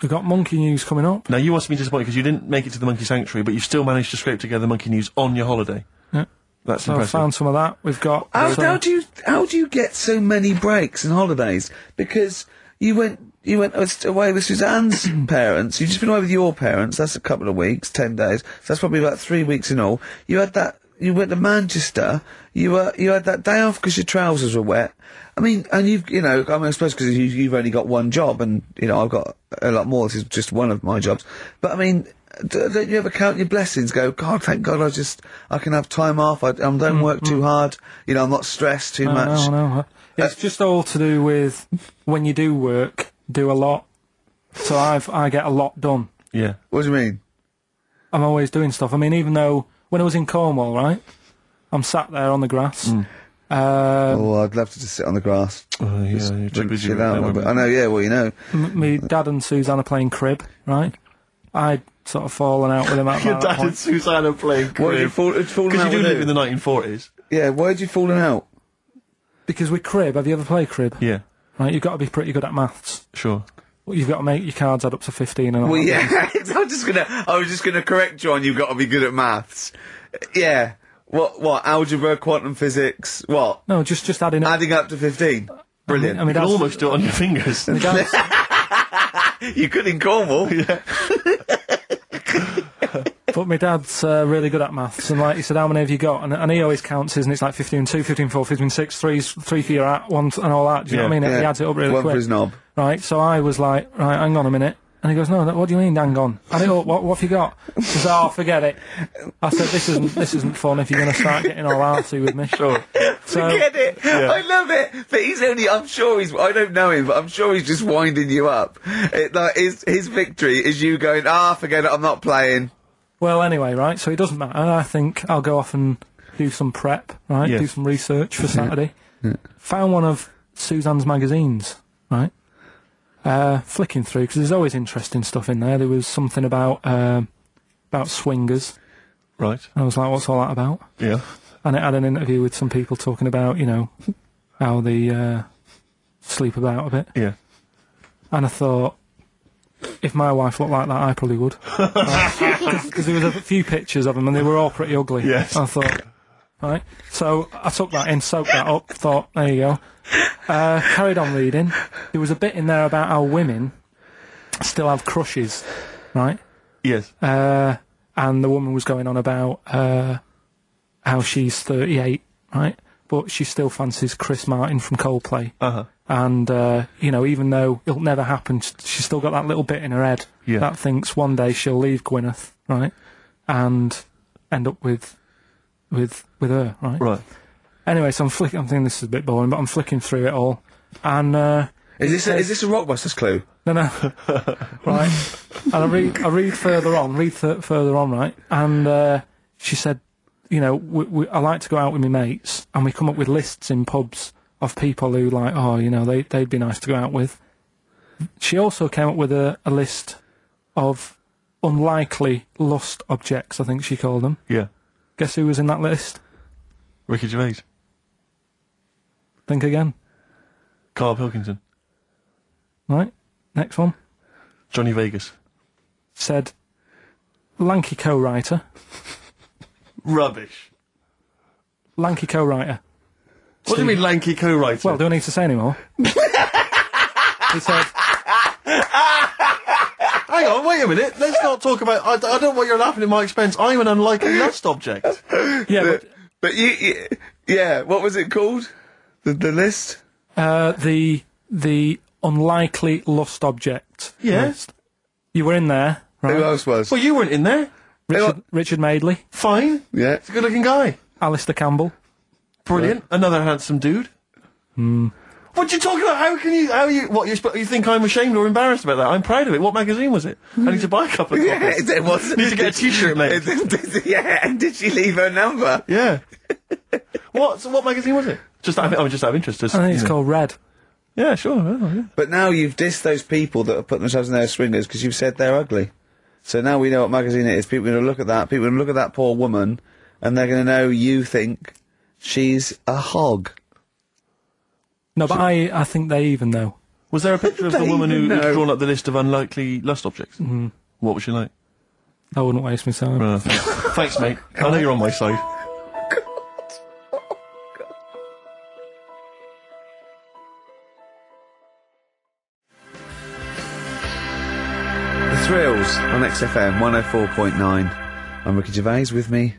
We've got monkey news coming up.
Now, you must be disappointed because you didn't make it to the monkey sanctuary, but you still managed to scrape together monkey news on your holiday.
Yeah.
That's
So I've
impressive.
Oh, found some of that. We've got.
How,
some-
how do you how do you get so many breaks and holidays? Because you went you went as- away with Suzanne's parents. You've just been away with your parents. That's a couple of weeks, ten days. So that's probably about three weeks in all. You had that. You went to Manchester. You uh, you had that day off because your trousers were wet. I mean, and you've you know I, mean, I suppose because you, you've only got one job, and you know I've got a lot more. This is just one of my jobs. But I mean, d- don't you ever count your blessings? Go, God, thank God, I just I can have time off. I, I don't work too hard. You know, I'm not stressed too
Mm, No,
much. Uh,
no, no. It's just all to do with when you do work, do a lot. So I've I get a lot done.
yeah.
What do you mean?
I'm always doing stuff. I mean, even though when I was in Cornwall, right, I'm sat there on the grass.
Hmm.
Uh,
Oh, I'd love to just sit on the grass,
Oh, yeah, you're too
drink
busy
chill
with
out a
them,
little bit.
aren't
I know, yeah. Well, you know,
m- me dad and Suzanne are playing crib, right? I'd sort of fallen out with him at
Your
that
dad and
point.
Susanna playing
why did you fall? It's fallen
Because
out.
you do
with who?
live in the 1940s.
yeah, why did you fallen out?
Because with crib, have you ever played crib?
Yeah,
Right, you've got to be pretty good at maths.
sure.
You've got to make your cards add up to fifteen and all.
Well,
that.
yeah. I'm just gonna. I was just gonna correct John. You've got to be good at maths. Yeah. What? What? Algebra, quantum physics. What?
No, just just adding up.
Adding up to fifteen. Brilliant.
I mean,
You can
that's,
almost do it on your fingers.
that's,
you could in Cornwall.
But my dad's uh, really good at maths, and like he said, how many have you got? And, and he always counts his, and it's like 15, 2, 15, 4, 15, 6, 3, 3 for your at, 1, and all that. Do you know what I
Yeah,
mean? He
yeah.
adds it up really
One for
quick.
his knob.
Right, so I was like, right, hang on a minute. And he goes, no, that- what do you mean, hang on? I know, what, what have you got? He says, oh, forget it. I said, this isn't, this isn't fun if you're going to start getting all arty with me. Sure. So,
Get it? I love it. But he's only. I'm sure he's. I don't know him, but I'm sure he's just winding you up. It, like his his victory is you going. Ah, forget it. I'm not playing.
Well, anyway, right. So it doesn't matter. I think I'll go off and do some prep, right?
Yes.
Do some research for Saturday. Found one of Suzanne's magazines, right? Uh, flicking through because there's always interesting stuff in there. There was something about um about swingers.
Right.
I was like, what's all that about?
Yeah.
And it had an interview with some people talking about, you know, how they uh, sleep about a bit.
Yeah.
And I thought, if my wife looked like that, I probably would. Because there was a few pictures of them, and they were all pretty ugly.
Yes.
I thought, right. So I took that in, soaked that up, thought, there you go. Uh, carried on reading. There was a bit in there about how women still have crushes, right?
Yes.
Uh, and the woman was going on about uh, how she's 38, right? But she still fancies Chris Martin from Coldplay
Uh huh.
and uh, you know, even though it'll never happen, sh- she's still got that little bit in her head
Yeah.
that thinks one day she'll leave Gwyneth, right, and end up with with with her, right.
Right.
Anyway, so I'm flicking. I'm thinking this is a bit boring, but I'm flicking through it all, and uh,
Is this a, is this a Rockbusters clue?
no, no, right, and I read I read further on, read th- further on, right, and uh, she said, you know, we, we, I like to go out with my mates, and we come up with lists in pubs of people who like, oh, you know, they they'd be nice to go out with. She also came up with a, a list of unlikely lust objects. I think she called them.
Yeah.
Guess who was in that list?
Ricky Gervais.
Think again.
Carl Pilkington.
Right, next one
Johnny Vegas.
said, lanky co-writer,
Rubbish.
lanky co-writer.
What do you mean lanky co-writer?
Well, do I need to say any more? he said,
hang on, wait a minute. Let's not talk about. I, I don't want you laughing at my expense. I'm an unlikely lust object.
yeah, but,
But you, you yeah. What was it called? The the list.
uh, the the unlikely lost object.
Yes.
You were in there, right?
Who else was?
Well, you weren't in there.
Richard, Richard Madeley,
Fine.
yeah.
He's a good-looking guy.
Alistair Campbell.
Brilliant. Another handsome dude. What you talking about? How can you? How you? What you? sp- You think I'm ashamed or embarrassed about that? I'm proud of it. What magazine was it? I need to buy a couple of
Yeah,
copies.
it was.
Need to get a T-shirt made.
yeah, and did she leave her number?
Yeah. what? So what magazine was it? Just out of, I'm just out of interest. as-
I think it's
you know.
called Red.
Yeah, sure. well, yeah.
But now you've dissed those people that are putting themselves in their swingers because you've said they're ugly. So now we know what magazine it is. People are going to look at that. People are going to look at that poor woman, and they're going to know you think she's a hog.
No, but I, I think they even know.
Was there a picture of the
They
woman who,
even know.
who's drawn up the list of unlikely lust objects? Mm-hmm. What was she like?
I wouldn't waste my time.
Uh, thanks. Thanks, mate. I know you're on my side.
The Thrills on XFM 104.9. I'm Ricky Gervais with me.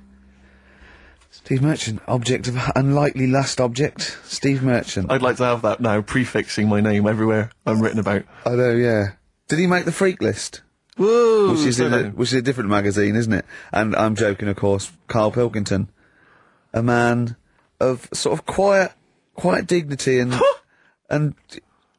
Steve Merchant, object of unlikely lust object. Steve Merchant.
I'd like to have that now, prefixing my name everywhere I'm written about.
I know, yeah. Did he make the freak list?
Woo!
Which is,
So
in a,
that-
which is a different magazine, isn't it? And I'm joking, of course. Carl Pilkington, a man of sort of quiet, quiet dignity, and and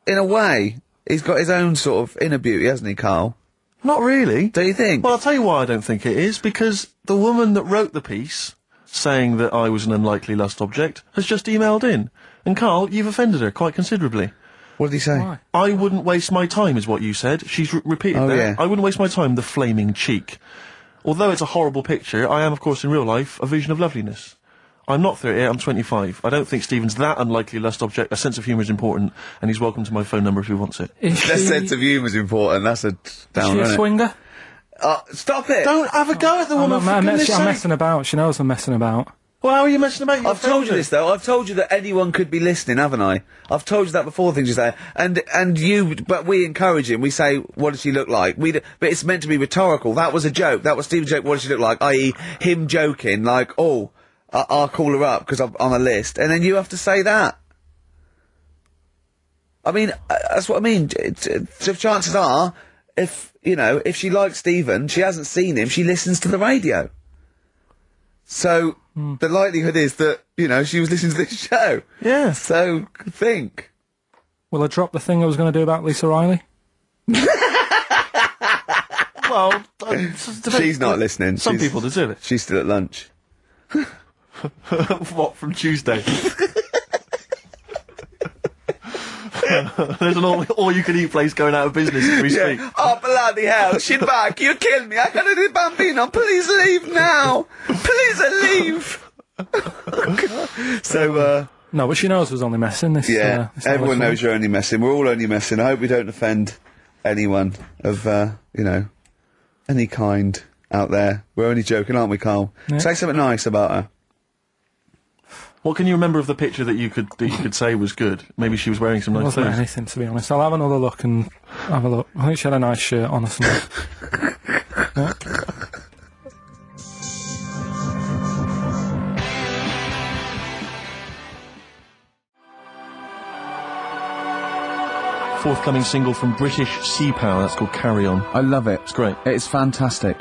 in a way, he's got his own sort of inner beauty, hasn't he, Carl?
Not really.
Don't you think?
Well, I'll tell you why I don't think it is because the woman that wrote the piece saying that I was an unlikely lust object has just emailed in. And Carl, you've offended her quite considerably.
what did he say?
Why?
I wouldn't waste my time, is what you said. She's re- repeated
Oh,
that.
yeah.
I wouldn't waste my time, the flaming cheek. Although it's a horrible picture, I am, of course, in real life, a vision of loveliness. I'm not 38, I'm 25. I don't think Stephen's that unlikely lust object. A sense of humour is important, and he's welcome to my phone number if he wants it.
Is
That
she-
sense of humour is important. That's a
is she
down.
a
isn't it?
swinger?
Uh, stop it!
Don't have a go at the
Oh,
I'm,
woman,
not-
for
I'm
goodness
mess- I'm
sake.
messing about. She knows I'm messing about.
Well, how are you messing about? You
I've told you
offended.
this though. I've told you that anyone could be listening, haven't I? I've told you that before. Things you say, and and you, but we encourage him. We say, "What does she look like?" We, d- but it's meant to be rhetorical. That was a joke. That was Steve's joke. What does she look like? I.e., him joking, like, "Oh, I- I'll call her up because I'm on a list," and then you have to say that. I mean, uh, that's what I mean. J- j- So chances are, if you know, if she likes Stephen, she hasn't seen him. She listens to the radio. So the likelihood is that you know she was listening to this show.
Yeah.
So think.
Will I drop the thing I was going to do about Lisa Riley?
Well, I- it's a debate.
uh, She's not listening.
Some
She's-
people deserve it.
She's still at lunch.
what from Tuesday? There's an all, all you can eat place going out of business as we speak.
Oh bloody hell! She's back. You killed me. I got to do bambino. Please leave now. Please leave. so uh,
No, but she knows I was only messing. This,
yeah,
uh, this
everyone
Alex
knows you're only messing. We're all only messing. I hope we don't offend anyone of uh, you know any kind out there. We're only joking, aren't we, Carl?
Yeah.
Say something nice about her.
What can you remember of the picture that you could that you could say was good? Maybe she was wearing some
It
nice
wasn't
clothes.
anything, to be honest. I'll have another look and have a look. I think she had a nice shirt on or something. Yeah.
Forthcoming single from British Sea Power. That's called Carry On.
I love it.
It's great.
It's fantastic.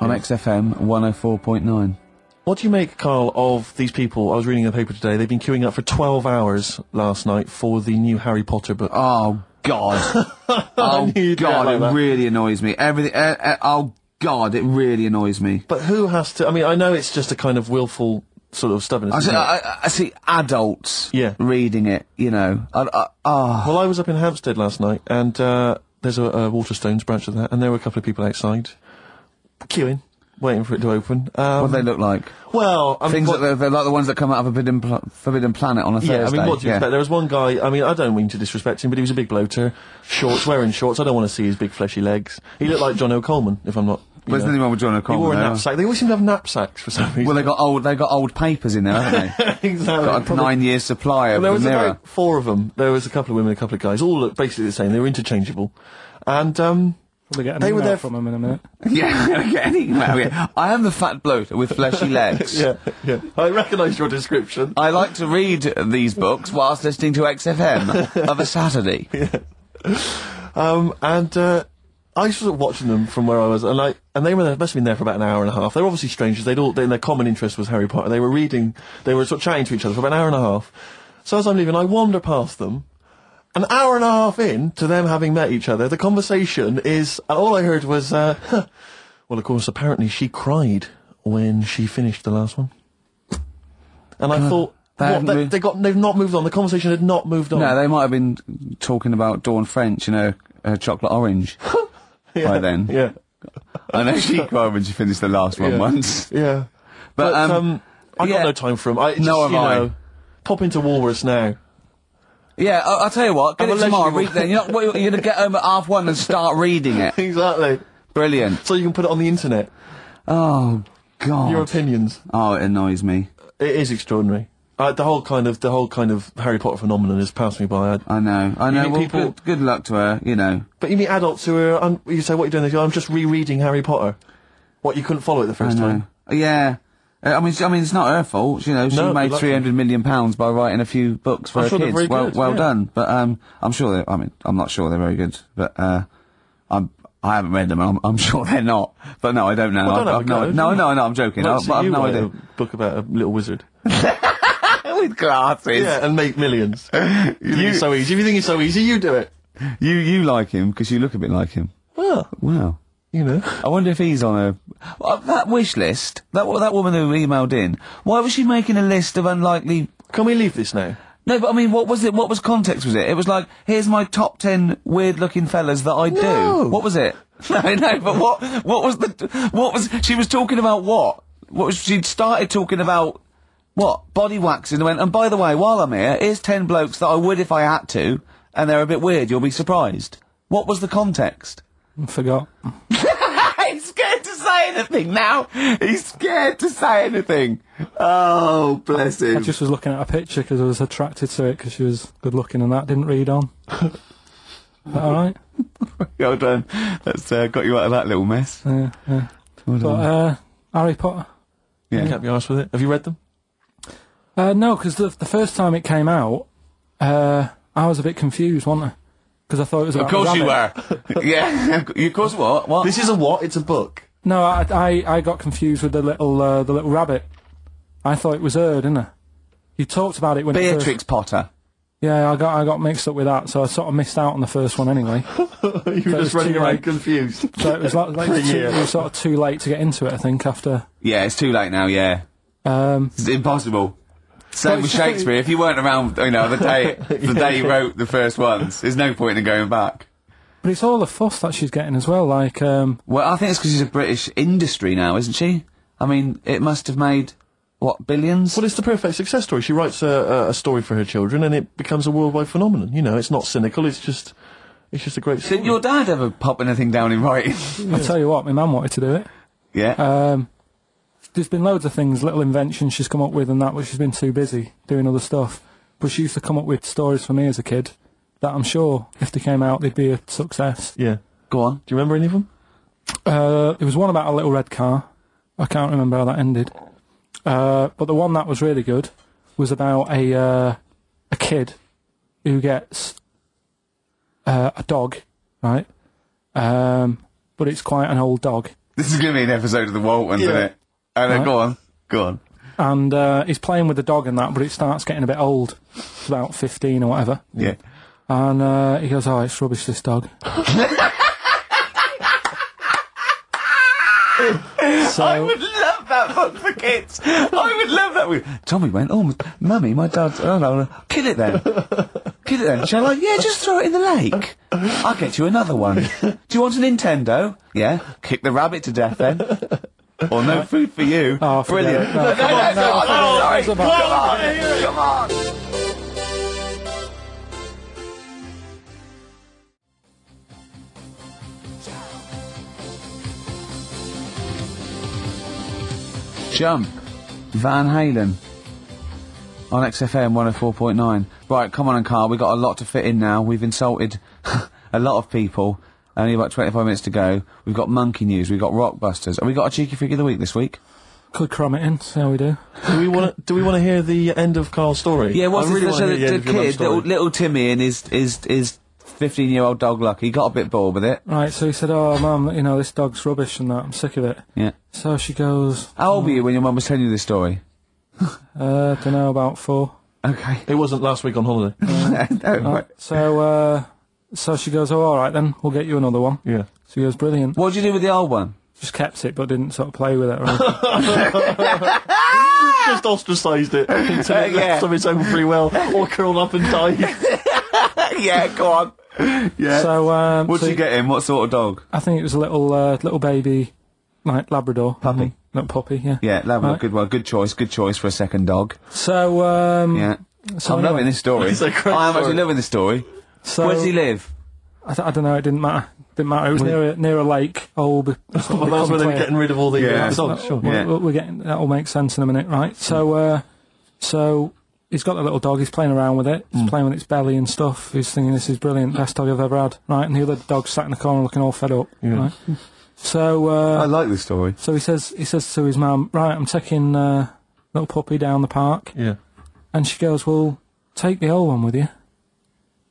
On XFM 104.9.
What do you make, Carl, of these people? I was reading the paper today. They've been queuing up for 12 hours last night for the new Harry Potter book.
Oh, God. oh,
knew you'd
God,
react like
it
that.
really annoys me. Everything. Uh, uh, oh, God, it really annoys me.
But who has to? I mean, I know it's just a kind of willful sort of stubbornness.
I see,
isn't it?
I, I- I see adults
Yeah.
reading it, you know. I, I, ah.
Well, I was up in Hampstead last night, and uh, there's a, a Waterstones branch of that, and there were a couple of people outside queuing, waiting for it to open. Um,
what do they look like?
well, I mean,
Things
what-
that they're, they're like the ones that come out of Forbidden, Pla- Forbidden Planet on a
yeah, I
Thursday.
mean, what do you
yeah.
expect? There was one guy. I mean, I don't mean to disrespect him, but he was a big bloater, shorts, wearing shorts. I don't want to see his big fleshy legs. He looked like John O'Coleman, if I'm not. you
There's
know.
nothing wrong with John
He
O'Connor.
wore a
though.
knapsack. They always seem to have knapsacks for some reason.
Well, they got old. They got old papers in there, haven't they?
exactly.
got a
Probably-
nine years supply of
There
the
was
mirror.
about four of them. There was a couple of women, a couple of guys. All looked basically the same. They were interchangeable, and um,
Probably get an
They were
email
there
from him in a minute.
Yeah, okay, anything. well, yeah. I am the fat bloke with fleshy legs.
yeah, yeah. I recognise your description.
I like to read these books whilst listening to XFM of a Saturday.
Um, and uh, I was sort of watching them from where I was, and I and they were there, must have been there for about an hour and a half. They were obviously strangers. They'd all they, their common interest was Harry Potter. They were reading, they were sort of chatting to each other for about an hour and a half. So as I'm leaving, I wander past them. An hour and a half in to them having met each other, the conversation is and all I heard was, uh, well, of course, apparently she cried when she finished the last one, and I thought.
they
What,
haven't
they,
moved-
they got. They've not moved on. The conversation had not moved on.
No, they might have been talking about Dawn French and her, her chocolate orange by then.
yeah.
I know she cried when she finished the last one
Yeah.
once.
Yeah.
But, um,
But, um, I
yeah.
got no time for him. I, just,
have
you
I.
know, Pop into Walrus now.
Yeah, I- I'll tell you what. Get
I'm
it
a
tomorrow.
legendary
Read then. You're, not, well, you're gonna get home at half one and start reading it.
Exactly.
Brilliant.
So you can put it on the internet.
Oh God.
Your opinions.
oh, it annoys me.
It is extraordinary. Uh, the whole kind of the whole kind of Harry Potter phenomenon has passed me by. I,
I know. I know.
mean
Well,
people-
good, good luck to her. You know.
but you meet adults who are un- you say what you're doing. They go, I'm just rereading Harry Potter. What you couldn't follow it the
I
first
know.
time.
Yeah. Uh, I mean, she- I mean, it's not her fault. You know, she
No,
made
good luck.
three hundred million pounds by writing a few books for
I'm
her
sure they're
kids.
very
well,
good,
well
yeah.
done. But um, I'm sure they're. I mean, I'm not sure they're very good. But uh, I'm. I haven't read them. and I'm, I'm sure they're not. But no, I don't know.
Well, don't
I've,
have
I've
a go,
no,
don't
no,
you?
no, no. I'm joking.
Like,
I,
see
but I've
you
no
write
idea.
a book about a little wizard.
With glasses.
Yeah, and make millions. you think it's so easy? If you think it's so easy, you do it.
You you like him because you look a bit like him.
Well,
Wow.
you know.
I wonder if he's on a Well, that wish list. That wo- that woman who emailed in. Why was she making a list of unlikely?
Can we leave this now?
No, but I mean, what was it? What was context? Was it? It was like, here's my top ten weird-looking fellas that I
No.
do. What was it? No, no. But what what was the what was she was talking about? What what was she'd started talking about? What body waxing? And went. And by the way, while I'm here, here's ten blokes that I would if I had to, and they're a bit weird. You'll be surprised. What was the context?
Forgot.
He's scared to say anything now. He's scared to say anything. Oh, bless
I
him.
just was looking at a picture because I was attracted to it because she was good looking and that didn't read on. Is that all right?
Well done. That's uh, got you out of that little mess.
Yeah, yeah. But uh, Harry Potter.
Yeah.
Can't be honest with it. Have you read them?
Uh, no, because the, the first time it came out, uh, I was a bit confused, wasn't I? Because I thought it was about
Of course
a
you
rabbit.
were. yeah. Of course what? What?
This is a what? It's a book.
No, I, I, I got confused with the little uh, the little rabbit. I thought it was her, didn't I? You talked about it when it first-
Beatrix Potter.
Yeah, I got I got mixed up with that, so I sort of missed out on the first one anyway.
you were
it's
just running
too
around
late.
confused.
So it was like, like too,
Yeah.
it was sort of too late to get into it. I think after.
Yeah, it's too late now, yeah.
Um,
It's impossible. Same
Well,
with
it's just-
Shakespeare. If you weren't around, you know, the day the day you wrote the first ones, there's no point in going back.
but it's all the fuss that she's getting as well. Like, um,
Well, I think it's because she's a British industry now, isn't she? I mean, it must have made what billions?
Well, it's the perfect success story. She writes a, a, a story for her children, and it becomes a worldwide phenomenon. You know, it's not cynical. It's just, it's just a great. Story.
Did your dad ever pop anything down in writing?
I tell you what, my mum wanted to do it.
yeah.
Um, there's been loads of things, little inventions she's come up with and that, but she's been too busy doing other stuff. But she used to come up with stories for me as a kid that I'm sure if they came out, they'd be a success.
Yeah.
Go on.
Do you remember any of them?
Uh, it was one about a little red car. I can't remember how that ended. Uh, but the one that was really good was about a uh, a kid who gets uh, a dog, right? Um, but it's quite an old dog,
This is going to be an episode of the Waltons, isn't
Yeah.
it? And then
Right.
go on. Go on.
and uh, he's playing with the dog and that, but it starts getting a bit old. It's about 15 or whatever.
Yeah.
And uh, he goes, Oh, it's rubbish, this dog.
I
so,
would love that book for kids. I would love that. book. Tommy went, oh, m- mummy, my dad's. Oh no, no. kill it then. kill it then. Shall I? Yeah, just throw it in the lake. I'll get you another one. Do you want a Nintendo? Yeah. Kick the rabbit to death then. or no food for you.
Oh, forget
Brilliant.
it. No, come on, no,
no,
forget
no,
it.
sorry.
It's
Come
about-
on, come on. Jump. Van Halen. On XFM 104.9. Right, come on, Carl, we've got a lot to fit in now. We've insulted a lot of people. Only about 25 minutes to go. We've got monkey news, we've got rockbusters. Have we got a cheeky freak of the week this week?
could cram it in, see how we do.
Do we want to? Do we want to hear the end of Carl's story?
Yeah, what's
I really
this,
want to
so
hear
the,
the end of
the
your mum's
kid,
story.
little, little Timmy and his, his, his 15 year old dog Lucky got a bit bored with it.
Right, so he said, Oh, mum, you know, this dog's rubbish and that, I'm sick of it.
Yeah.
So she goes,
How old were you when your mum was telling you this story?
uh, don't know, about four.
Okay.
It wasn't last week on holiday.
Right, so, uh, so she goes, Oh, alright then, we'll get you another one.
yeah.
So he goes, Brilliant.
What'd you do with the old one?
Just kept it, but didn't sort of play with it or anything.
Just ostracised it until it
yeah.
left of its own free will, or curled up and died.
yeah, go on. Yeah.
so, um,
What'd
so
you get him? What sort of dog?
I think it was a little, uh, little baby like Labrador
Puppy.
Mm, little puppy. Yeah.
Yeah, Labrador,
Right.
good one. Good choice. Good choice for a second dog.
So um,
Yeah.
so
I'm
anyway,
loving this story.
It's a great
I am actually
story.
loving this story.
So
Where does he live?
I, th- I don't know. It didn't matter. Didn't matter. It was
We-
near a, near a lake. Old.
Well, that's where they were getting rid of all the
Yeah.
uh,
That-
dogs. Sure.
we'll-
Yeah.
we'll- we're getting that will make sense in a minute, right? So, uh, so he's got the little dog. He's playing around with it. He's playing with its belly and stuff. He's thinking this is brilliant, best dog I've ever had, right? And the other dog sat in the corner looking all fed up, right? So,
I
uh,
like this story.
so he says he says to his mum, right, I'm taking uh, little puppy down the park,
Yeah.
and she goes, well, take the old one with you.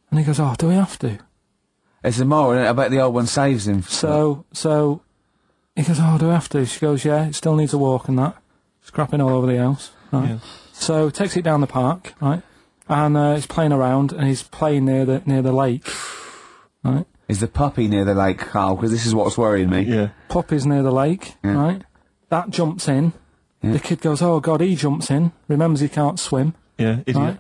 And he goes, oh, do we have to?
It's a moral. isn't it? I bet the old one saves him.
So, so he goes, Oh, do I have to? She goes, Yeah, it still needs a walk and that. Scrapping all over the house. Right.
Yeah.
So takes it down the park, right? And uh, he's playing around and he's playing near the near the lake.
Is the puppy near the lake, Carl? Because this is what's worrying me.
Yeah.
Poppy's near the lake,
Yeah.
right? That jumps in. The kid goes, Oh god, he jumps in, remembers he can't swim,
Yeah. Idiot.
right?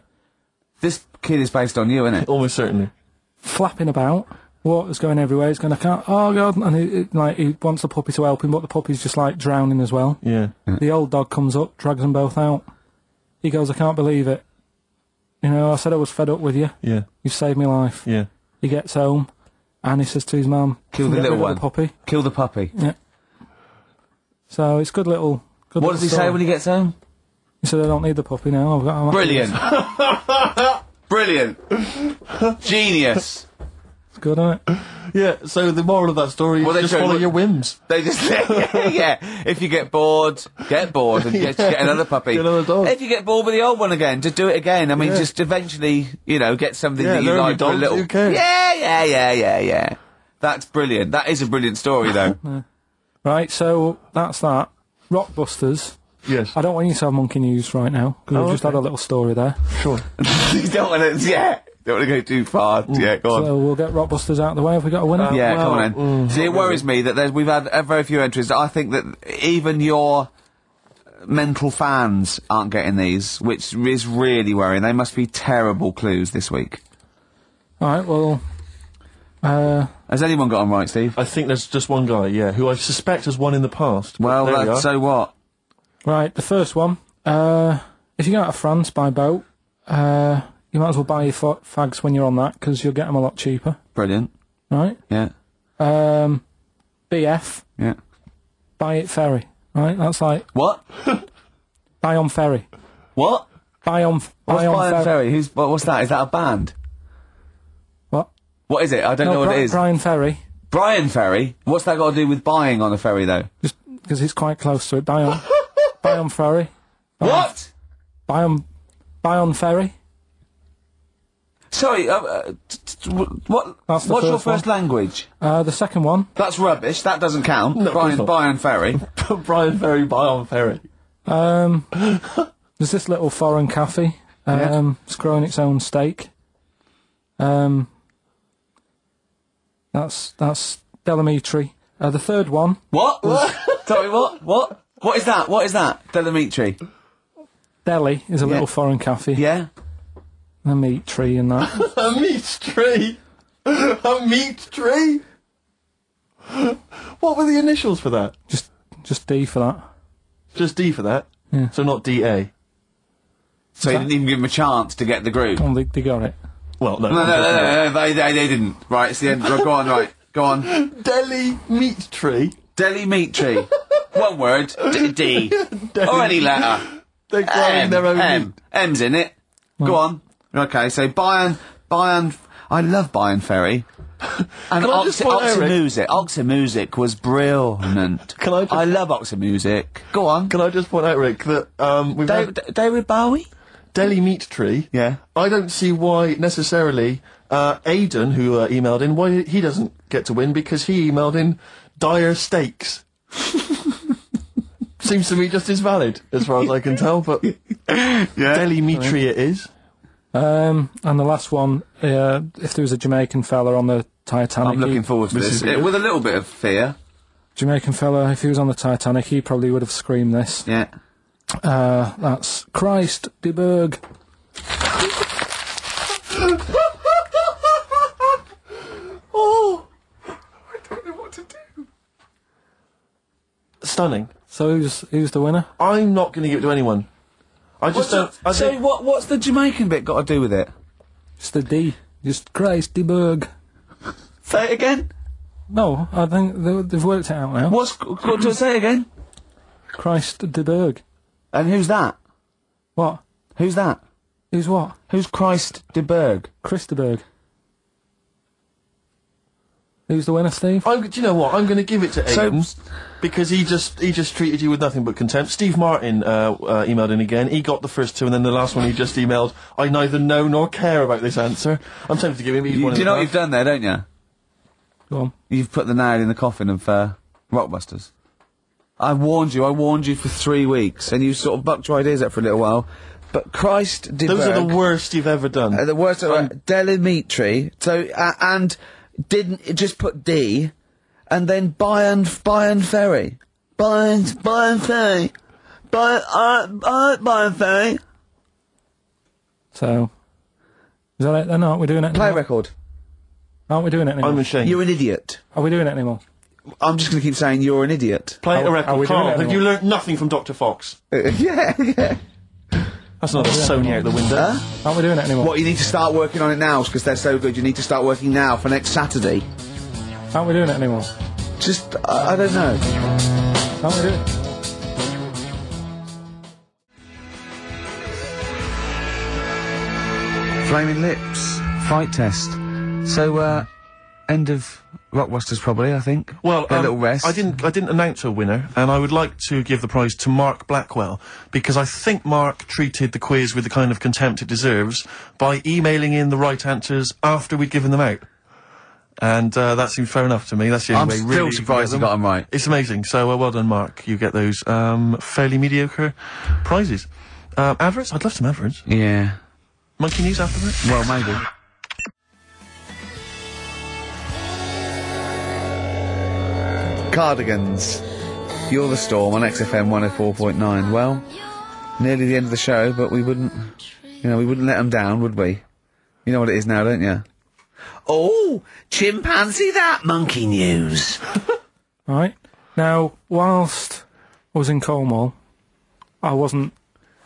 This kid is based on you, isn't it?
Almost certainly.
Flapping about. Water's going everywhere. He's going, I can't. Oh god! And he, he- like he wants the puppy to help him, but the puppy's just like drowning as well.
Yeah.
The old dog comes up, drags them both out. He goes, I can't believe it. You know, I said I was fed up with you.
Yeah.
You've saved my life.
Yeah.
He gets home and he says to his mum,
Kill
"Can
the
you get
little
rid of
one."
The puppy.
Kill the puppy.
So it's good little. Good
What
little
does he say
story.
when he gets home?
He said, I don't need the puppy now. I've got. I'm happy with
Brilliant.
this."
Brilliant. Genius.
It's good, isn't it?
Yeah. So the moral of that story is
Well, they
just
show-
follow your whims.
They just yeah. If you get bored, get bored and get, get another puppy.
Get another dog.
If you get bored with the old one again, just do it again. I mean,
Yeah.
just eventually, you know, get something
Yeah,
that you
learn
like
your
for a
dogs,
little.
who cares?
Yeah, yeah, yeah, yeah, yeah. That's brilliant. That is a brilliant story, though.
Right. So that's that. Rockbusters.
Yes.
I don't want you to have monkey news right now because
Oh,
we've just
okay.
had a little story there.
Sure.
you don't want to, yeah, don't want to go too far. Yeah, go on.
So we'll get Rockbusters out of the way. Have we got a winner?
Uh, yeah,
well,
come on.
mm,
in. See, it worries me that there's, we've had uh, very few entries. I think that even your mental fans aren't getting these, which is really worrying. They must be terrible clues this week.
All right. Well. Uh,
Has anyone got on right, Steve?
I think there's just one guy. Yeah. Who I suspect has won in the past. but
Well,
there we
that,
are.
so what?
Right, the first one. Uh, if you go out of France by boat, uh, you might as well buy your fa- fags when you're on that because you'll get them a lot cheaper,
Brilliant.
right?
Yeah,
Um, BF,
yeah.
buy it ferry, right? That's like
What?
buy on ferry,
What?
buy on f- buy
What's
on
Brian
ferry.
Ferry? Who's, what, what's that? Is that a band?
What?
What is it? I don't know what
Bri-
it is.
Brian Ferry,
Brian Ferry? What's that got to do with buying on a ferry, though?
just because it's quite close to it. Buy on, buy on ferry,
What?
buy on, buy on ferry.
Sorry, uh, uh, t- t- wh- what?
That's
What's
the
your
first one.
first language?
Uh, the second one,
That's rubbish. That doesn't count.
No, of course
Brian,
not.
Brian Ferry.
Brian Ferry, buy on Ferry.
um, there's this little foreign cafe. Um, it's growing its own steak. Um, that's that's Delamitri. Uh, the third one,
what? Sorry, what? What? What is that? What is that? Delamitri.
Delhi, is a
Yeah.
little foreign cafe.
Yeah.
The meat tree and that.
A meat tree. A meat tree. What were the initials for that?
just just D for that.
Just D for that. So not D A.
So you didn't even give him a chance to get the group.
Oh, they, they got it.
Well, no.
No, no, no, no, no, they, they, they didn't. Right, it's the end. Go on, right, go on.
Delhi meat tree.
Delimitri. One word, D. D. or any letter.
They're growing
M,
their own
M.
meat.
M's in it. Go on. Okay, so Bayern, Bayern, I love Bayern Ferry. And
Can I
Ox-
just point, Eric-
Oxymusic, Oxymusic was brilliant.
Can I just-
I love Oxymusic. Go on.
Can I just point out, Rick, that um, we've
Da-
had
D- David Bowie?
Delhi meat tree.
Yeah.
I don't see why necessarily uh, Aidan, who uh, emailed in, why he doesn't get to win because he emailed in dire stakes. Seems to me just as valid as far as I can tell, but Delhi meat tree it is.
Um, and the last one, uh, if there was a Jamaican fella on the Titanic,
I'm looking
he,
forward to this.
is good.
It- with a little bit of fear.
Jamaican fella, if he was on the Titanic, he probably would have screamed this.
Yeah.
Uh, that's Christ de Burg.
Oh, I don't know what to do. stunning.
So who's who's the winner?
I'm not going to give it to anyone. I just don't. I
so
think-
what? What's the Jamaican bit got to do with it?
It's the D. Just Christ de Burg.
Say it again.
No, I think they, they've worked it out now.
What's got to say it again?
Christ de Burg.
And who's that?
What?
Who's that?
Who's what?
Who's Christ de Burg?
Chris de Burg. Who's the winner, Steve?
I'm, do you know what? I'm going to give it to
So-
Ames because he just he just treated you with nothing but contempt. Steve Martin uh, uh, emailed in again. He got the first two, and then the last one he just emailed. I neither know nor care about this answer. I'm tempted to give him. He's
You,
one
do you
and
know
a
what
half.
you've done there, don't you?
Go on.
You've put the nail in the coffin of uh, Rockbusters. I warned you. I warned you for three weeks, and you sort of bucked your ideas up for a little while. But Christ de
Those are
Burg-
the worst you've ever done.
Uh, the worst
Um,
um, Delimitri. So uh, and didn't it just put D, and then Bayern Bayern Ferry, Bayern Bayern Ferry, Bayern uh, uh, Bayern Ferry.
So. Is that it then? Aren't we doing it anymore?
Play record.
Aren't we doing it anymore?
I'm ashamed.
You're an idiot.
Are we doing it anymore?
I'm just going to keep saying you're an idiot.
Play
Are-
a
are
record.
we doing
Carl,
it
have
anymore?
you learnt nothing from Dr. Fox?
yeah, yeah.
That's another Sony out the window.
Aren't we doing it anymore?
What you need to start working on it now because they're so good. You need to start working now for next Saturday.
Aren't we doing it anymore?
Just I I don't know.
Aren't we doing it?
Flaming Lips, Fight Test. So, uh, end of Rockbusters probably, I think.
Well,
a
um,
little rest.
I didn't. I didn't announce a winner, and I would like to give the prize to Mark Blackwell because I think Mark treated the quiz with the kind of contempt it deserves by emailing in the right answers after we'd given them out, and uh, that seems fair enough to me. That's the
I'm
only way.
still
really
surprised
you
you
can get
got
them.
them right.
It's amazing. So uh, well done, Mark. You get those um, fairly mediocre prizes. Uh, adverts? I'd love some adverts.
Yeah.
Monkey news after that.
Well, maybe. Cardigans. You're the storm on XFM 104.9. Well, nearly the end of the show, but we wouldn't, you know, we wouldn't let them down, would we? You know what it is now, don't you? Oh, chimpanzee that monkey news.
Right. Now, whilst I was in Cornwall, I wasn't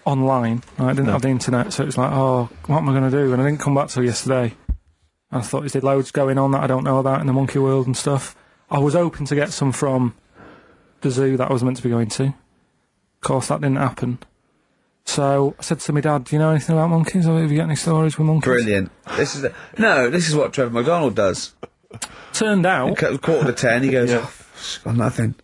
online. right, I didn't have the internet, so it's like, oh, what am I going to do? And I didn't come back till yesterday. I thought, is there loads going on that I don't know about in the monkey world and stuff? I was hoping to get some from the zoo that I was meant to be going to. Of course, that didn't happen. So I said to my dad, do you know anything about monkeys? Or have you got any stories with monkeys?
Brilliant. This is the, no, this is what Trevor McDonald does.
Turned out,
Cu- Quarter to ten, he goes, oh, "I've got nothing."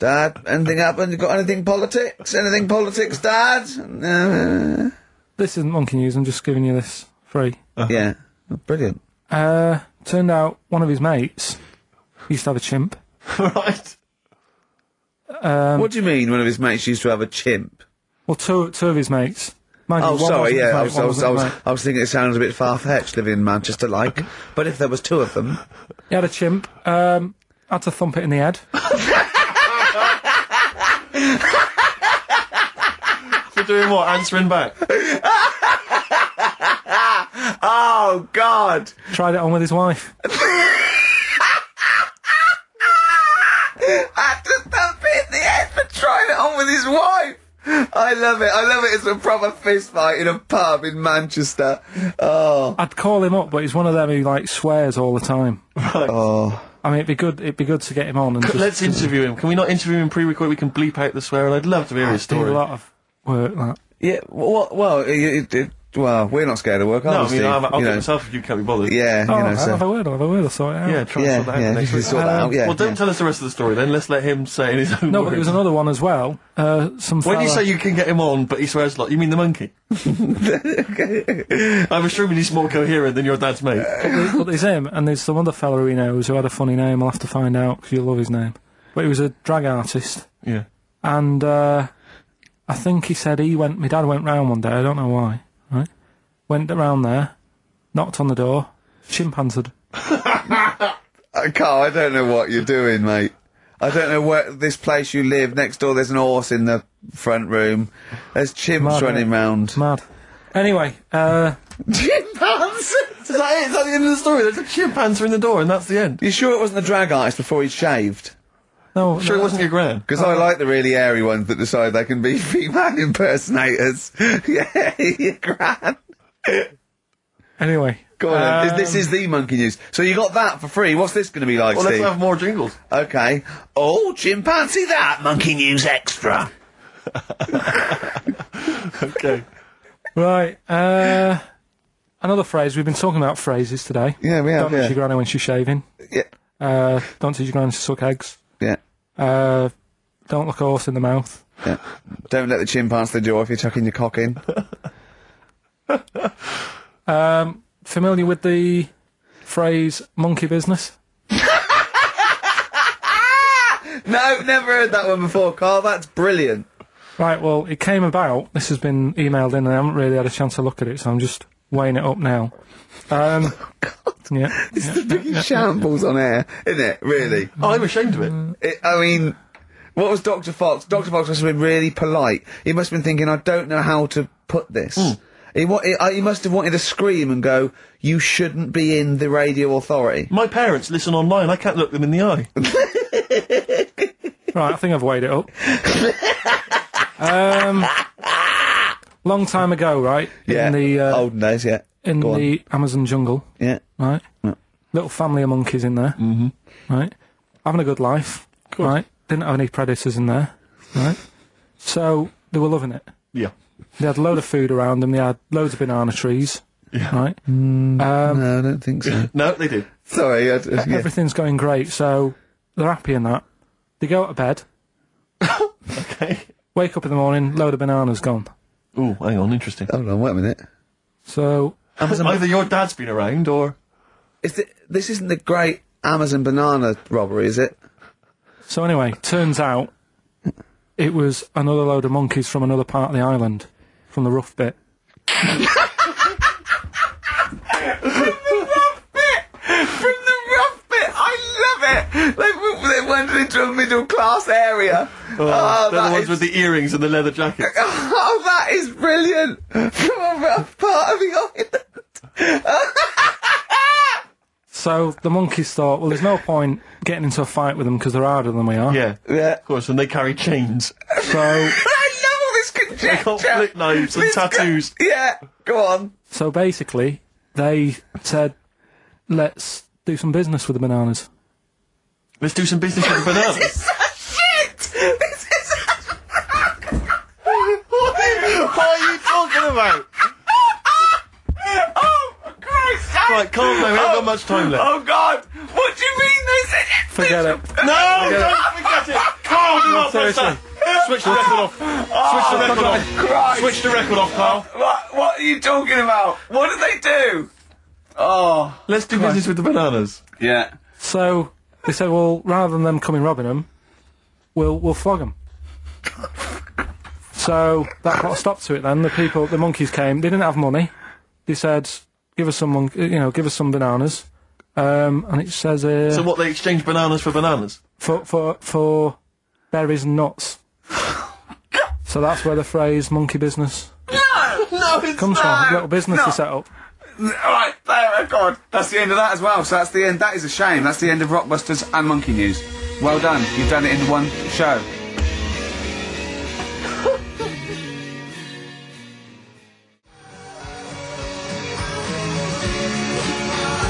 Dad, anything happened? You got anything politics? Anything politics, Dad? Uh,
this isn't monkey news, I'm just giving you this free.
yeah, brilliant.
Uh, turned out one of his mates used to have a chimp.
right.
Um,
what do you mean? One of his mates used to have a chimp.
Well, two two of his mates. Mind
Oh,
you, one
sorry,
wasn't his
yeah, I
mate,
was,
one
I was, I
wasn't
was,
his mate.
I was thinking it sounds a bit far fetched living in Manchester, like. but if there was two of them,
He had a chimp. Um, had to thump it in the head.
For doing what? Answering back.
oh God,
tried it on with his wife.
I just don't bit in the head for trying it on with his wife. I love it. I love it. It's a proper fist fight in a pub in Manchester. Oh,
I'd call him up, but he's one of them who like swears all the time.
oh.
I mean, it'd be good. It'd be good to get him on and just
Let's interview him. Can we not interview him pre-record? We can bleep out the swear, and I'd love to hear
Ah,
his
do
story.
a lot of work. That
Yeah, well, well, it, it, it, well, we're not scared of work, are we,
No, I mean,
Steve?
I'll, I'll
You
get
know,
myself if you can't be bothered.
Yeah,
oh,
you know,
I'll have
so.
a word. I'll have a word. I'll sort it out.
Yeah, try
Yeah,
and sort that
yeah,
out
you
next
can
week. Um,
sort that out, yeah.
well, don't
yeah.
tell us the rest of the story then. Let's let him say it in his own
No,
words.
but there was another one as well. Uh, some.
When you
fella-
say you can get him on, but he swears a lot, you mean the monkey? I'm assuming he's more coherent than your dad's mate.
Well, there's him, and there's some other fella he knows who had a funny name. I'll have to find out because you'll love his name. But he was a drag artist,
Yeah.
and uh, I think he said he went. My dad went round one day. I don't know why. Right, went round there, knocked on the door. Chimp answered.
Uh, Carl, I don't know what you're doing, mate. I don't know where this place you live. Next door, there's an horse in the front room. There's chimps
Mad,
running
mate.
round.
Mad. Anyway, uh,
Chimpanzees?
Is that it? Is that the end of the story? There's a chimp answering the door, and that's the end.
You sure it wasn't the drag artist before he shaved?
No,
Sure, it
no,
wasn't your gran.
Because I like the really airy ones that decide they can be female impersonators. yeah, your gran.
Anyway,
Go on, then.
Um,
This, this is the monkey news. So you got that for free. What's this going to be like,
Well, let's
Steve?
have more jingles.
Okay. Oh, chimpanzee that monkey news extra.
Okay.
right. Uh, another phrase. We've been talking about phrases today.
Yeah, we have.
Don't touch your
Yeah.
granny when she's shaving.
yeah,
Uh, don't teach your granny to suck eggs.
yeah,
Uh, don't look a horse in the mouth.
yeah. Don't let the chimpanzee do if you're chucking your cock in.
Um, familiar with the phrase monkey business?
no, never heard that one before, Carl. That's brilliant.
Right, well, it came about. This has been emailed in, and I haven't really had a chance to look at it, so I'm just weighing it up now. Um,
Oh,
yeah, yeah.
It's the biggest shambles on air, isn't it? Really.
Oh, I'm ashamed of it.
It, I mean, what was Dr. Fox? Dr. Fox must have been really polite. He must have been thinking, I don't know how to put this. He, wa- he, I- he must have wanted to scream and go, You shouldn't be in the radio authority.
My parents listen online. I can't look them in the eye.
Right, I think I've weighed it up. um, long time ago, right?
Yeah.
In the uh,
Olden days, yeah.
in
Go on.
the Amazon jungle,
Yeah.
right? Little family of monkeys in there, mm-hmm. right? Having a good life, right? Didn't have any predators in there, right? So they were loving it.
Yeah.
They had a load of food around them. They had loads of banana trees, right? Um,
No, I don't think so.
No, they did.
Sorry. I, I- yeah.
Everything's going great, so they're happy in that. They go to bed,
Okay.
wake up in the morning, load of bananas gone.
Ooh, hang on. Interesting.
Hold on, wait a minute.
So
Either your dad's been around or.
Is it, this isn't the great Amazon banana robbery, is it?
So anyway, turns out it was another load of monkeys from another part of the island, from the rough bit.
From the rough bit, I love it. They, they went into a middle class area.
Oh, they're uh, the ones with the earrings and the leather jackets.
Oh, that is brilliant! From a rough part of the island.
So the monkeys thought, well, there's no point getting into a fight with them because they're harder than we are.
yeah.
yeah.
Of course, and they carry chains.
So
I love all this
got
conjecture.
flick knives and
This guy-
tattoos.
yeah, go on.
so basically, they said, let's do some business with the bananas.
Let's do some business with the bananas.
Shit! This is.
what are you talking about?
oh, Christ! I-
Right, calm down. We haven't got much time left.
Oh God! What do you mean they said it?
Forget it.
No, don't forget it. Carl, do not press that. Switch the record off. Switch the record off.
Christ!
Switch the record off, Carl.
What, what are you talking about? What did they do? Oh.
Let's do business with the bananas.
Yeah.
So they said, well, rather than them coming robbing them, we'll we'll flog them. so that put a stop to it. Then the people, the monkeys came. They didn't have money. They said, give us some, mon- you know, give us some bananas. Um, and it says uh,
So what? They exchange bananas for bananas.
for for for berries and nuts. so that's where the phrase "monkey business"
No! No, it's
comes
no,
from. Little business
no.
you set up.
Alright, there, oh god. That's the end of that as well. So that's the end. That is a shame. That's the end of Rockbusters and Monkey News. Well done. You've done it in one show.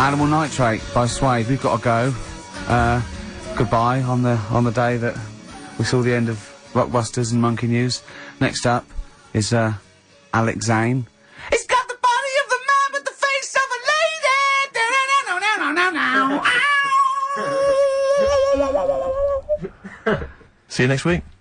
Animal Nitrate by Suede. We've got to go. Uh, goodbye on the on the day that we saw the end of Rockbusters and Monkey News. Next up is uh, Alex Zane. It's got the body of the man with the face of a lady. Da-na-na-na-na-na-na. Ow.
See you next week.